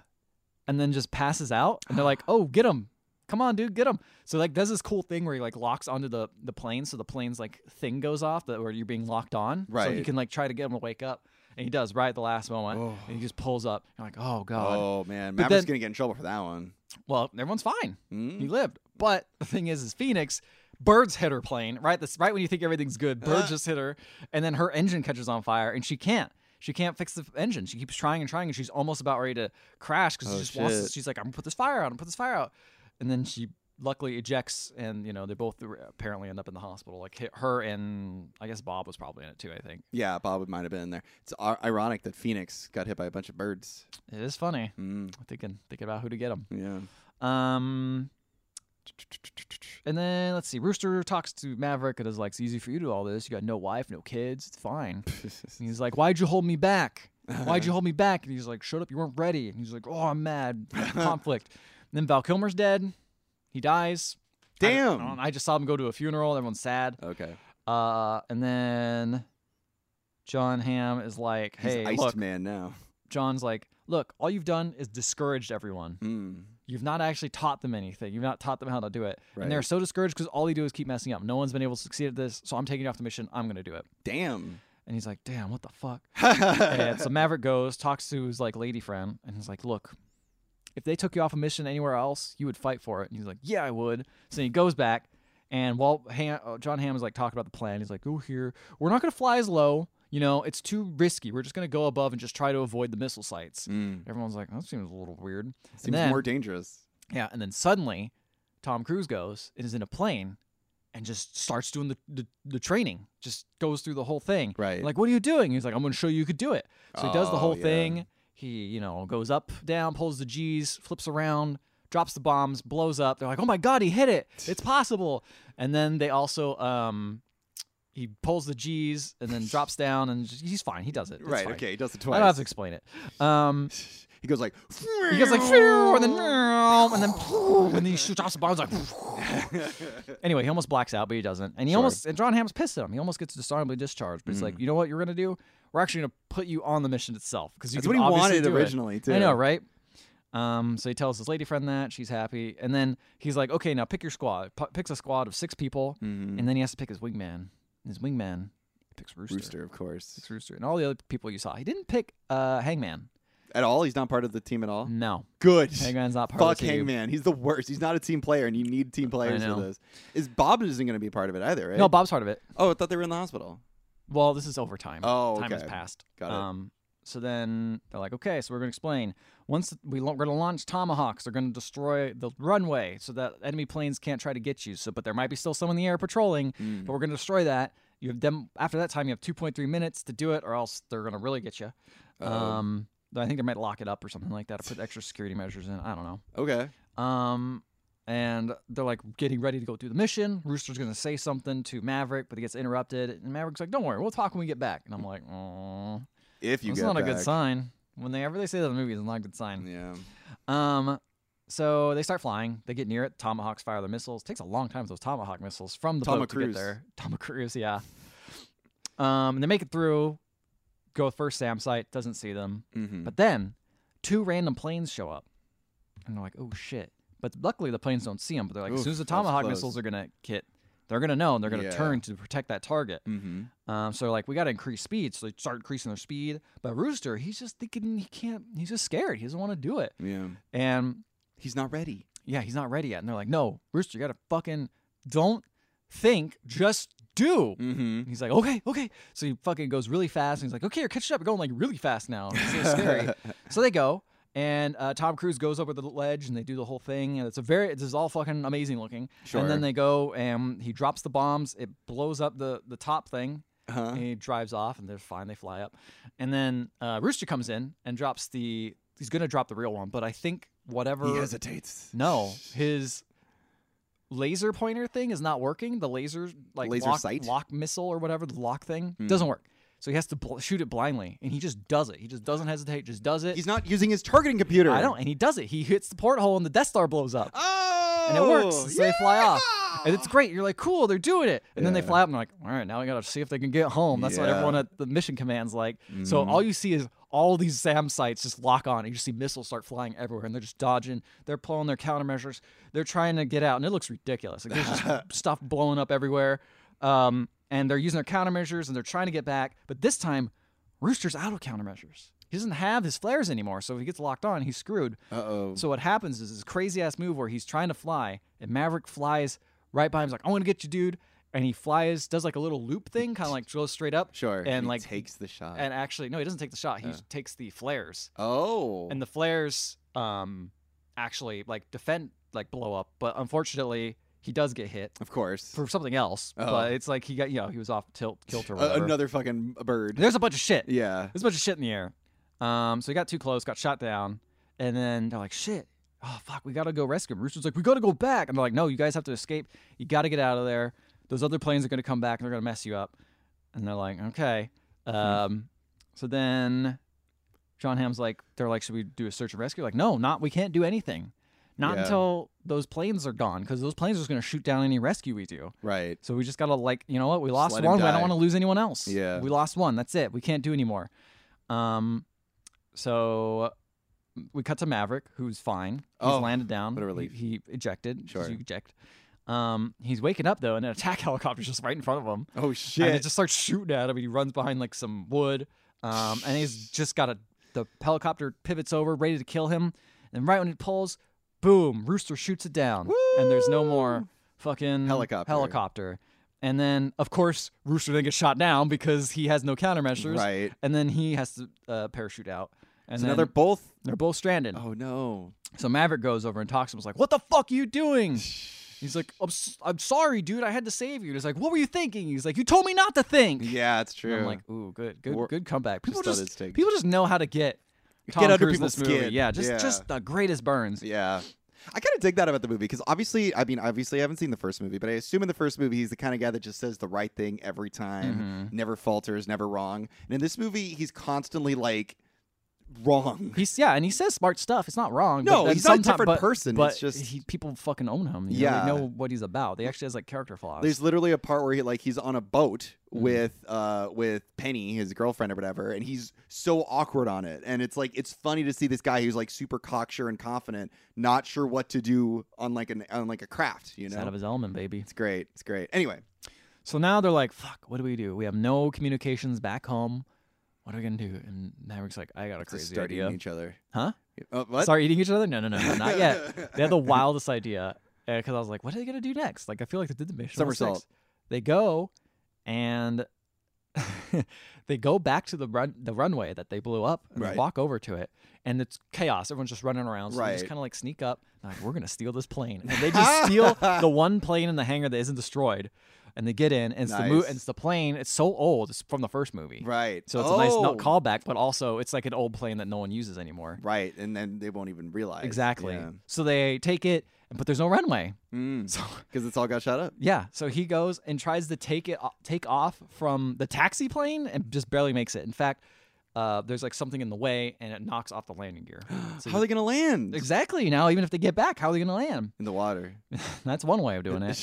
[SPEAKER 2] and then just passes out, and they're like, "Oh, get him!" Come on, dude, get him. So like, does this cool thing where he like locks onto the the plane, so the plane's like thing goes off, that where you're being locked on. So he
[SPEAKER 1] Right.
[SPEAKER 2] can like try to get him to wake up, and he does right at the last moment,
[SPEAKER 1] Oh.
[SPEAKER 2] and he just pulls up. You're like, oh god.
[SPEAKER 1] Oh man,
[SPEAKER 2] But
[SPEAKER 1] Maverick's
[SPEAKER 2] then-
[SPEAKER 1] gonna get in trouble for that one.
[SPEAKER 2] Well, everyone's fine. He
[SPEAKER 1] Mm.
[SPEAKER 2] lived. But the thing is, is Phoenix, birds hit her plane, right? This right when you think everything's good, birds
[SPEAKER 1] Uh.
[SPEAKER 2] just hit her, and then her engine catches on fire, and she can't. She can't fix the engine. She keeps trying and trying, and she's almost about ready to crash because
[SPEAKER 1] Oh,
[SPEAKER 2] she just wants.
[SPEAKER 1] shit.
[SPEAKER 2] To, she's like, "I'm gonna put this fire out. I'm gonna put this fire out," and then she luckily ejects, and you know they both apparently end up in the hospital. Like hit her and I guess Bob was probably in it too. I think
[SPEAKER 1] Yeah, Bob might have been in there. It's ar- ironic that Phoenix got hit by a bunch of birds.
[SPEAKER 2] it is funny
[SPEAKER 1] Mm.
[SPEAKER 2] thinking thinking about who to get them.
[SPEAKER 1] Yeah.
[SPEAKER 2] Um, And then let's see. Rooster talks to Maverick and is like, "It's easy for you to do all this. You got no wife, no kids. It's fine." And he's like, "Why'd you hold me back? Why'd you hold me back?" And he's like, "Shut up, you weren't ready." And he's like, "Oh, I'm mad. Conflict." And then Val Kilmer's dead. He dies. I don't-
[SPEAKER 1] Damn.
[SPEAKER 2] I, don't- I just saw him go to a funeral. Everyone's sad.
[SPEAKER 1] okay.
[SPEAKER 2] Uh, and then John Hamm is like, "Hey,
[SPEAKER 1] He's Iced
[SPEAKER 2] look."
[SPEAKER 1] Man now.
[SPEAKER 2] John's like, "Look, all you've done is discouraged everyone.
[SPEAKER 1] Mm.
[SPEAKER 2] You've not actually taught them anything. You've not taught them how to do it, and they're
[SPEAKER 1] Right.
[SPEAKER 2] so discouraged because all they do is keep messing up. No one's been able to succeed at this, so I'm taking you off the mission. I'm gonna do it."
[SPEAKER 1] Damn.
[SPEAKER 2] And he's like, "Damn, what the fuck?" and so Maverick goes, talks to his like lady friend, and he's like, "Look, if they took you off a mission anywhere else, you would fight for it." And he's like, "Yeah, I would." So he goes back, and while Ham, uh, John Hamm is like talking about the plan, he's like, "Go here. We're not gonna fly as low. You know, it's too risky. We're just gonna go above and just try to avoid the missile sites."
[SPEAKER 1] Mm.
[SPEAKER 2] Everyone's like, "That seems a little weird."
[SPEAKER 1] Seems
[SPEAKER 2] then-
[SPEAKER 1] more dangerous.
[SPEAKER 2] Yeah, and then suddenly, Tom Cruise goes and is in a plane. And just starts doing the, the, the training, just goes through the whole thing.
[SPEAKER 1] Right.
[SPEAKER 2] Like, what are you doing? He's like, I'm going to show you you could do it. So he does the
[SPEAKER 1] Oh,
[SPEAKER 2] whole
[SPEAKER 1] yeah.
[SPEAKER 2] thing. He, you know, goes up, down, pulls the G's, flips around, drops the bombs, blows up. They're like, oh my God, he hit it. It's possible. And then they also, um, he pulls the G's and then drops down and just, he's fine. He does it. It's
[SPEAKER 1] right.
[SPEAKER 2] fine.
[SPEAKER 1] Okay. He does it
[SPEAKER 2] I
[SPEAKER 1] twice.
[SPEAKER 2] don't have to explain it. Um,
[SPEAKER 1] He goes like.
[SPEAKER 2] he goes like, "Phew," and then, "Meow," and then, "Phew," and then he shoots off the bombs like. "Phew." anyway, he almost blacks out, but he doesn't. And he
[SPEAKER 1] Sure.
[SPEAKER 2] almost and John Hamm's pissed at him. He almost gets dishonorably discharged. But he's
[SPEAKER 1] Mm.
[SPEAKER 2] like, you know what, you're gonna do? We're actually gonna put you on the mission itself because
[SPEAKER 1] That's what he wanted originally too.
[SPEAKER 2] I know, right? Um, so he tells his lady friend that she's happy, and then he's like, okay, now pick your squad. P- picks a squad of six people,
[SPEAKER 1] Mhm.
[SPEAKER 2] and then he has to pick his wingman. And His wingman picks Rooster.
[SPEAKER 1] Rooster, of course.
[SPEAKER 2] Picks Rooster, and all the other people you saw. He didn't pick uh, Hangman.
[SPEAKER 1] At all, he's not part of the team at all.
[SPEAKER 2] No,
[SPEAKER 1] Good.
[SPEAKER 2] Hangman's not part
[SPEAKER 1] Fuck
[SPEAKER 2] of the team.
[SPEAKER 1] Hangman. He's the worst. He's not a team player, and you need team players
[SPEAKER 2] know.
[SPEAKER 1] for this. Is Bob isn't going to be a part of it either, right?
[SPEAKER 2] No, Bob's part of it.
[SPEAKER 1] oh, I thought they were in the hospital.
[SPEAKER 2] Well, this is overtime.
[SPEAKER 1] Oh,
[SPEAKER 2] time has
[SPEAKER 1] okay.
[SPEAKER 2] passed.
[SPEAKER 1] Got it.
[SPEAKER 2] Um, so then they're like, okay, so we're gonna explain. Once we lo- we're gonna launch tomahawks, they're gonna destroy the runway so that enemy planes can't try to get you. So, but there might be still some in the air patrolling.
[SPEAKER 1] Mm.
[SPEAKER 2] But we're gonna destroy that. You have them after that time. You have 2.3 minutes to do it, or else they're gonna really get you. Um, I think they might lock it up or something like that, or put extra security measures in. I don't know.
[SPEAKER 1] Okay.
[SPEAKER 2] Um, and they're like getting ready to go do the mission. Rooster's gonna say something to Maverick, but he gets interrupted. And Maverick's like, "Don't worry, we'll talk when we get back." And I'm like, "Oh,
[SPEAKER 1] If you
[SPEAKER 2] that's
[SPEAKER 1] get
[SPEAKER 2] not a good
[SPEAKER 1] back.
[SPEAKER 2] sign." Whenever they say that in the movie, it's not a good sign.
[SPEAKER 1] Yeah.
[SPEAKER 2] Um, so they start flying. They get near it. Tomahawks fire their missiles. takes a long time for those tomahawk missiles from the boat to get
[SPEAKER 1] Tomacruise.
[SPEAKER 2] there. Tomahawks, yeah. Um, and they make it through. Go first SAM site. Doesn't see them.
[SPEAKER 1] Mm-hmm.
[SPEAKER 2] Mm. But then two random planes show up, and they're like, "Oh shit!" But luckily the planes don't see them. But they're like, as
[SPEAKER 1] Oof,
[SPEAKER 2] soon as the
[SPEAKER 1] that was
[SPEAKER 2] tomahawk
[SPEAKER 1] close.
[SPEAKER 2] missiles are gonna hit, they're gonna know and they're gonna
[SPEAKER 1] Yeah.
[SPEAKER 2] turn to protect that target.
[SPEAKER 1] mm-hmm.
[SPEAKER 2] Um, so they're like, "We gotta increase speed." So they start increasing their speed. But Rooster, he's just thinking he can't. He's just scared. He doesn't want to do it.
[SPEAKER 1] Yeah.
[SPEAKER 2] And
[SPEAKER 1] He's not ready.
[SPEAKER 2] yeah, he's not ready yet. And they're like, "No, Rooster, you gotta fucking don't think, just do."
[SPEAKER 1] Mm-hmm.
[SPEAKER 2] And he's like, okay, okay. So he fucking goes really fast. And he's like, okay, you're catching up. You're going like really fast now. It's so scary. so they go, and uh, Tom Cruise goes over the ledge, and they do the whole thing. And it's a very, this is all fucking amazing looking.
[SPEAKER 1] Sure.
[SPEAKER 2] And then they go, and he drops the bombs. It blows up the the top thing.
[SPEAKER 1] Huh?
[SPEAKER 2] And he drives off, and they're fine. They fly up, and then uh, Rooster comes in and drops the. He's gonna drop the real one, but I think whatever.
[SPEAKER 1] He hesitates.
[SPEAKER 2] No, his laser pointer thing is not working. The laser like
[SPEAKER 1] Laser
[SPEAKER 2] lock,
[SPEAKER 1] sight? Hmm.
[SPEAKER 2] lock missile or whatever the lock thing doesn't work. So he has to bl- shoot it blindly, and he just does it. He just doesn't hesitate. Just does it.
[SPEAKER 1] He's not using his targeting computer.
[SPEAKER 2] I don't, and he does it. He hits the porthole, and the Death Star blows up,
[SPEAKER 1] Oh.
[SPEAKER 2] and it works. So they fly off, and it's
[SPEAKER 1] yeah!
[SPEAKER 2] great. You're like, cool, they're doing it. And then they
[SPEAKER 1] Yeah.
[SPEAKER 2] fly up, and they're like, all right, now we gotta see if they can get home. That's what
[SPEAKER 1] Yeah. Mm-hmm.
[SPEAKER 2] everyone at the mission command's like. So all you see is all these SAM sites just lock on, and you just see missiles start flying everywhere, and they're just dodging. They're pulling their countermeasures. They're trying to get out, and it looks ridiculous. Like there's just stuff blowing up everywhere, um, and they're using their countermeasures, and they're trying to get back. But this time, Rooster's out of countermeasures. He doesn't have his flares anymore, so if he gets locked on, he's screwed.
[SPEAKER 1] Uh-oh.
[SPEAKER 2] So what happens is this crazy ass move where he's trying to fly, and Maverick flies right by him. He's like, "I want to get you, dude," and he flies, does like a little loop thing, kind of like goes straight up.
[SPEAKER 1] Sure.
[SPEAKER 2] And
[SPEAKER 1] he
[SPEAKER 2] like
[SPEAKER 1] takes the shot.
[SPEAKER 2] and actually, no, he doesn't take the shot. He
[SPEAKER 1] Uh.
[SPEAKER 2] takes the flares,
[SPEAKER 1] oh.
[SPEAKER 2] and the flares um actually like defend like blow up, but unfortunately he does get hit
[SPEAKER 1] of course.
[SPEAKER 2] for something else.
[SPEAKER 1] Oh.
[SPEAKER 2] But it's like he got you know he was off tilt kilt or
[SPEAKER 1] A-
[SPEAKER 2] whatever.
[SPEAKER 1] another fucking bird.
[SPEAKER 2] There's a bunch of shit.
[SPEAKER 1] Yeah.
[SPEAKER 2] There's a bunch of shit in the air. Um, so he got too close, got shot down, and then they're like, "Shit, oh fuck, we gotta go rescue him. Rooster's like, we gotta go back. And they're like, no, you guys have to escape. You gotta get out of there. Those other planes are gonna come back and they're gonna mess you up. And they're like, okay. Um, so then John Ham's like, they're like, should we do a search and rescue? Like, no, not we can't do anything. Not
[SPEAKER 1] Yeah.
[SPEAKER 2] until those planes are gone, because those planes are just gonna shoot down any rescue we do.
[SPEAKER 1] Right.
[SPEAKER 2] So we just gotta like, you know what? We lost
[SPEAKER 1] let him
[SPEAKER 2] one. but I
[SPEAKER 1] die.
[SPEAKER 2] don't want to lose anyone else.
[SPEAKER 1] Yeah.
[SPEAKER 2] we lost one. That's it. We can't do anymore. Um, so we cut to Maverick, who's fine. He's
[SPEAKER 1] Oh,
[SPEAKER 2] landed down.
[SPEAKER 1] what a relief.
[SPEAKER 2] He, he ejected. 'cause
[SPEAKER 1] Sure.
[SPEAKER 2] you eject. Um, he's waking up though, and an attack helicopter's just right in front of him,
[SPEAKER 1] Oh
[SPEAKER 2] and it
[SPEAKER 1] shit.
[SPEAKER 2] just starts shooting at him. He runs behind like some wood, um, and he's just got a the helicopter pivots over, ready to kill him, and right when it pulls, boom! Rooster shoots it down, and there's no more fucking
[SPEAKER 1] Helicopter.
[SPEAKER 2] helicopter. And then, of course, Rooster then gets shot down because he has no countermeasures.
[SPEAKER 1] Right.
[SPEAKER 2] And then he has to uh, parachute out. And
[SPEAKER 1] It's
[SPEAKER 2] then
[SPEAKER 1] another both.
[SPEAKER 2] they're both stranded.
[SPEAKER 1] Oh no.
[SPEAKER 2] So Maverick goes over and talks to him. He's like, "What the fuck are you doing?" He's like, "I'm, s- I'm sorry, dude. I had to save you." And he's like, "What were you thinking?" He's like, "You told me not to think."
[SPEAKER 1] Yeah, it's true.
[SPEAKER 2] I'm like, "Ooh, good, good,
[SPEAKER 1] Or-
[SPEAKER 2] good comeback." People
[SPEAKER 1] thought
[SPEAKER 2] just,
[SPEAKER 1] it's taken.
[SPEAKER 2] people just know how to get Tom
[SPEAKER 1] under
[SPEAKER 2] Cruise in this
[SPEAKER 1] people's
[SPEAKER 2] movie.
[SPEAKER 1] skin.
[SPEAKER 2] Yeah, just
[SPEAKER 1] Yeah.
[SPEAKER 2] just the greatest burns.
[SPEAKER 1] Yeah. I kind of dig that about the movie because obviously, I mean, obviously, I haven't seen the first movie, but I assume in the first movie, he's the kind of guy that just says the right thing every time,
[SPEAKER 2] Mm-hmm.
[SPEAKER 1] never falters, never wrong. And in this movie, he's constantly like wrong.
[SPEAKER 2] He's yeah, and he says smart stuff. It's not wrong.
[SPEAKER 1] No,
[SPEAKER 2] but then
[SPEAKER 1] he's not a
[SPEAKER 2] sometime-
[SPEAKER 1] different
[SPEAKER 2] but-
[SPEAKER 1] person.
[SPEAKER 2] But
[SPEAKER 1] It's just-
[SPEAKER 2] he, people fucking own him. You
[SPEAKER 1] Yeah.
[SPEAKER 2] know, they know what he's about. They actually has like character flaws.
[SPEAKER 1] There's literally a part where he like he's on a boat
[SPEAKER 2] Mhm.
[SPEAKER 1] with uh with Penny, his girlfriend or whatever, and he's so awkward on it. And it's like it's funny to see this guy who's like super cocksure and confident, not sure what to do on like an on like a craft, you
[SPEAKER 2] He's
[SPEAKER 1] know.
[SPEAKER 2] out of his element, baby.
[SPEAKER 1] it's great. It's great. Anyway,
[SPEAKER 2] So now they're like, "Fuck, what do we do? We have no communications back home. What are we gonna do?" And Maverick's like, "I got a
[SPEAKER 1] it's just
[SPEAKER 2] crazy
[SPEAKER 1] starting
[SPEAKER 2] idea."
[SPEAKER 1] each other.
[SPEAKER 2] Huh?
[SPEAKER 1] Uh, what?
[SPEAKER 2] Start eating each other? No, no, no, no, not yet. they had the wildest idea because I was like, "What are they gonna do next?" Like, I feel like they did the mission almost
[SPEAKER 1] Somersault.
[SPEAKER 2] next. They go and they go back to the run the runway that they blew up and they
[SPEAKER 1] Right.
[SPEAKER 2] walk over to it, and it's chaos. Everyone's just running around. So they just
[SPEAKER 1] Right.
[SPEAKER 2] kind of like sneak up. and they're Like, we're gonna steal this plane, and they just steal the one plane in the hangar that isn't destroyed. And they get in, and it's the mo-
[SPEAKER 1] Nice.
[SPEAKER 2] and it's the plane. It's so old. It's from the first movie,
[SPEAKER 1] Right.
[SPEAKER 2] So it's a nice
[SPEAKER 1] Oh.
[SPEAKER 2] not callback, but also it's like an old plane that no one uses anymore.
[SPEAKER 1] Right, and then they won't even realize.
[SPEAKER 2] Exactly.
[SPEAKER 1] Yeah.
[SPEAKER 2] So they take it, but there's no runway.
[SPEAKER 1] Mm.
[SPEAKER 2] So
[SPEAKER 1] Cuz it's all got shot up.
[SPEAKER 2] yeah, so he goes and tries to take it take off from the taxi plane and just barely makes it. In fact, uh, there's like something in the way and it knocks off the landing gear. So
[SPEAKER 1] How are they going to land?
[SPEAKER 2] exactly. Now even if they get back, how are they going to land?
[SPEAKER 1] In the water.
[SPEAKER 2] That's one way of doing it.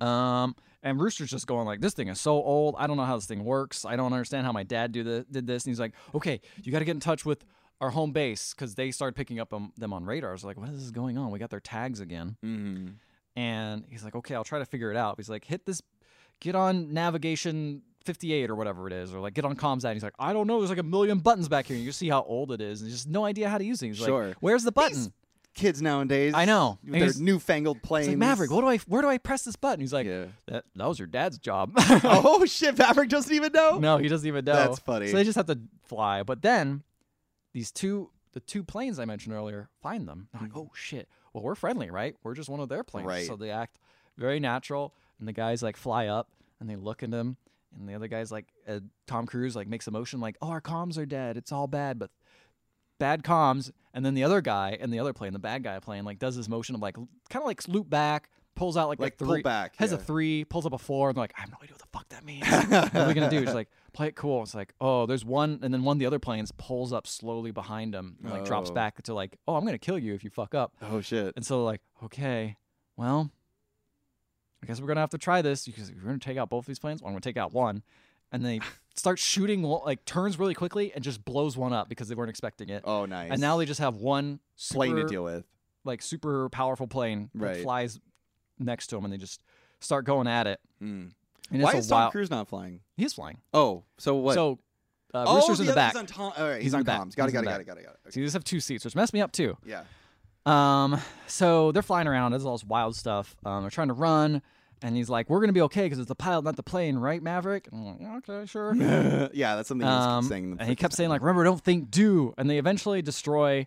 [SPEAKER 2] Um, and Rooster's just going like, "This thing is so old. I don't know how this thing works. I don't understand how my dad do the, did this." And he's like, "Okay, you got to get in touch with our home base because they started picking up on- them on radars. Like, what is going on? We got their tags again."
[SPEAKER 1] Mhm.
[SPEAKER 2] And he's like, "Okay, I'll try to figure it out." He's like, "Hit this, get on navigation." 58 or whatever it is, or like get on comms ad. He's like, I don't know. There's like a million buttons back here. And you see how old it is, and just no idea how to use it. He's
[SPEAKER 1] Sure.
[SPEAKER 2] like, Where's the button?
[SPEAKER 1] These kids nowadays.
[SPEAKER 2] I know.
[SPEAKER 1] With
[SPEAKER 2] And
[SPEAKER 1] their
[SPEAKER 2] he's-
[SPEAKER 1] newfangled planes.
[SPEAKER 2] It's like Maverick. What do I? Where do I press this button? He's like,
[SPEAKER 1] Yeah.
[SPEAKER 2] that, that was your dad's job.
[SPEAKER 1] oh shit, Maverick doesn't even know.
[SPEAKER 2] No, he doesn't even know.
[SPEAKER 1] Oh. That's funny.
[SPEAKER 2] So they just have to fly. But then these two, the two planes I mentioned earlier, find them. They're like, oh shit. Well, we're friendly, right? We're just one of their planes.
[SPEAKER 1] Mm-hmm. Right.
[SPEAKER 2] So they act very natural. And the guys like fly up and they look at them. And the other guy's like, uh, Tom Cruise like makes a motion like, oh, our comms are dead. It's all bad, but bad comms. And then the other guy and the other plane, the bad guy plane, like does this motion of like, kind of like loop back, pulls out like,
[SPEAKER 1] Like,
[SPEAKER 2] a three,
[SPEAKER 1] pull back,
[SPEAKER 2] has a
[SPEAKER 1] yeah.
[SPEAKER 2] three, pulls up a four, and they're like, I have no idea what the fuck that means. what are we gonna do? It's like play it cool. It's like, oh, there's one, and then one of the other planes pulls up slowly behind him, and, like drops
[SPEAKER 1] Oh.
[SPEAKER 2] back to like, oh, I'm gonna kill you if you fuck up.
[SPEAKER 1] Oh shit.
[SPEAKER 2] And so they're like, okay, well, I guess we're gonna have to try this because we're gonna take out both these planes. Well, I'm gonna take out one, and they start shooting, one- like turns really quickly and just blows one up because they weren't expecting it.
[SPEAKER 1] Oh nice.
[SPEAKER 2] And now they just have one super,
[SPEAKER 1] plane to deal with.
[SPEAKER 2] like super powerful plane
[SPEAKER 1] Right.
[SPEAKER 2] that flies next to them, and they just start going at it.
[SPEAKER 1] Mm.
[SPEAKER 2] And
[SPEAKER 1] Why
[SPEAKER 2] it's a
[SPEAKER 1] is Tom
[SPEAKER 2] wild-
[SPEAKER 1] Cruise not flying?
[SPEAKER 2] He is flying.
[SPEAKER 1] Oh, so what?
[SPEAKER 2] So uh,
[SPEAKER 1] oh,
[SPEAKER 2] Rooster's in the
[SPEAKER 1] other-
[SPEAKER 2] back.
[SPEAKER 1] He's on Tom. All right, he's,
[SPEAKER 2] He's in
[SPEAKER 1] on
[SPEAKER 2] the back.
[SPEAKER 1] comms. Got it.
[SPEAKER 2] He's in
[SPEAKER 1] Got it. Got
[SPEAKER 2] the
[SPEAKER 1] it.
[SPEAKER 2] back.
[SPEAKER 1] Got it. Got it.
[SPEAKER 2] so you just have two seats, which messed me up too.
[SPEAKER 1] Yeah.
[SPEAKER 2] Um, so they're flying around. There's all this wild stuff. Um, they're trying to run, and he's like, "We're gonna be okay because it's the pilot, not the plane, right, Maverick?" And I'm like, "Okay, sure."
[SPEAKER 1] yeah, that's something he was
[SPEAKER 2] Um,
[SPEAKER 1] saying. the
[SPEAKER 2] and he
[SPEAKER 1] first
[SPEAKER 2] kept saying like, "Remember, don't think, do." And they eventually destroy,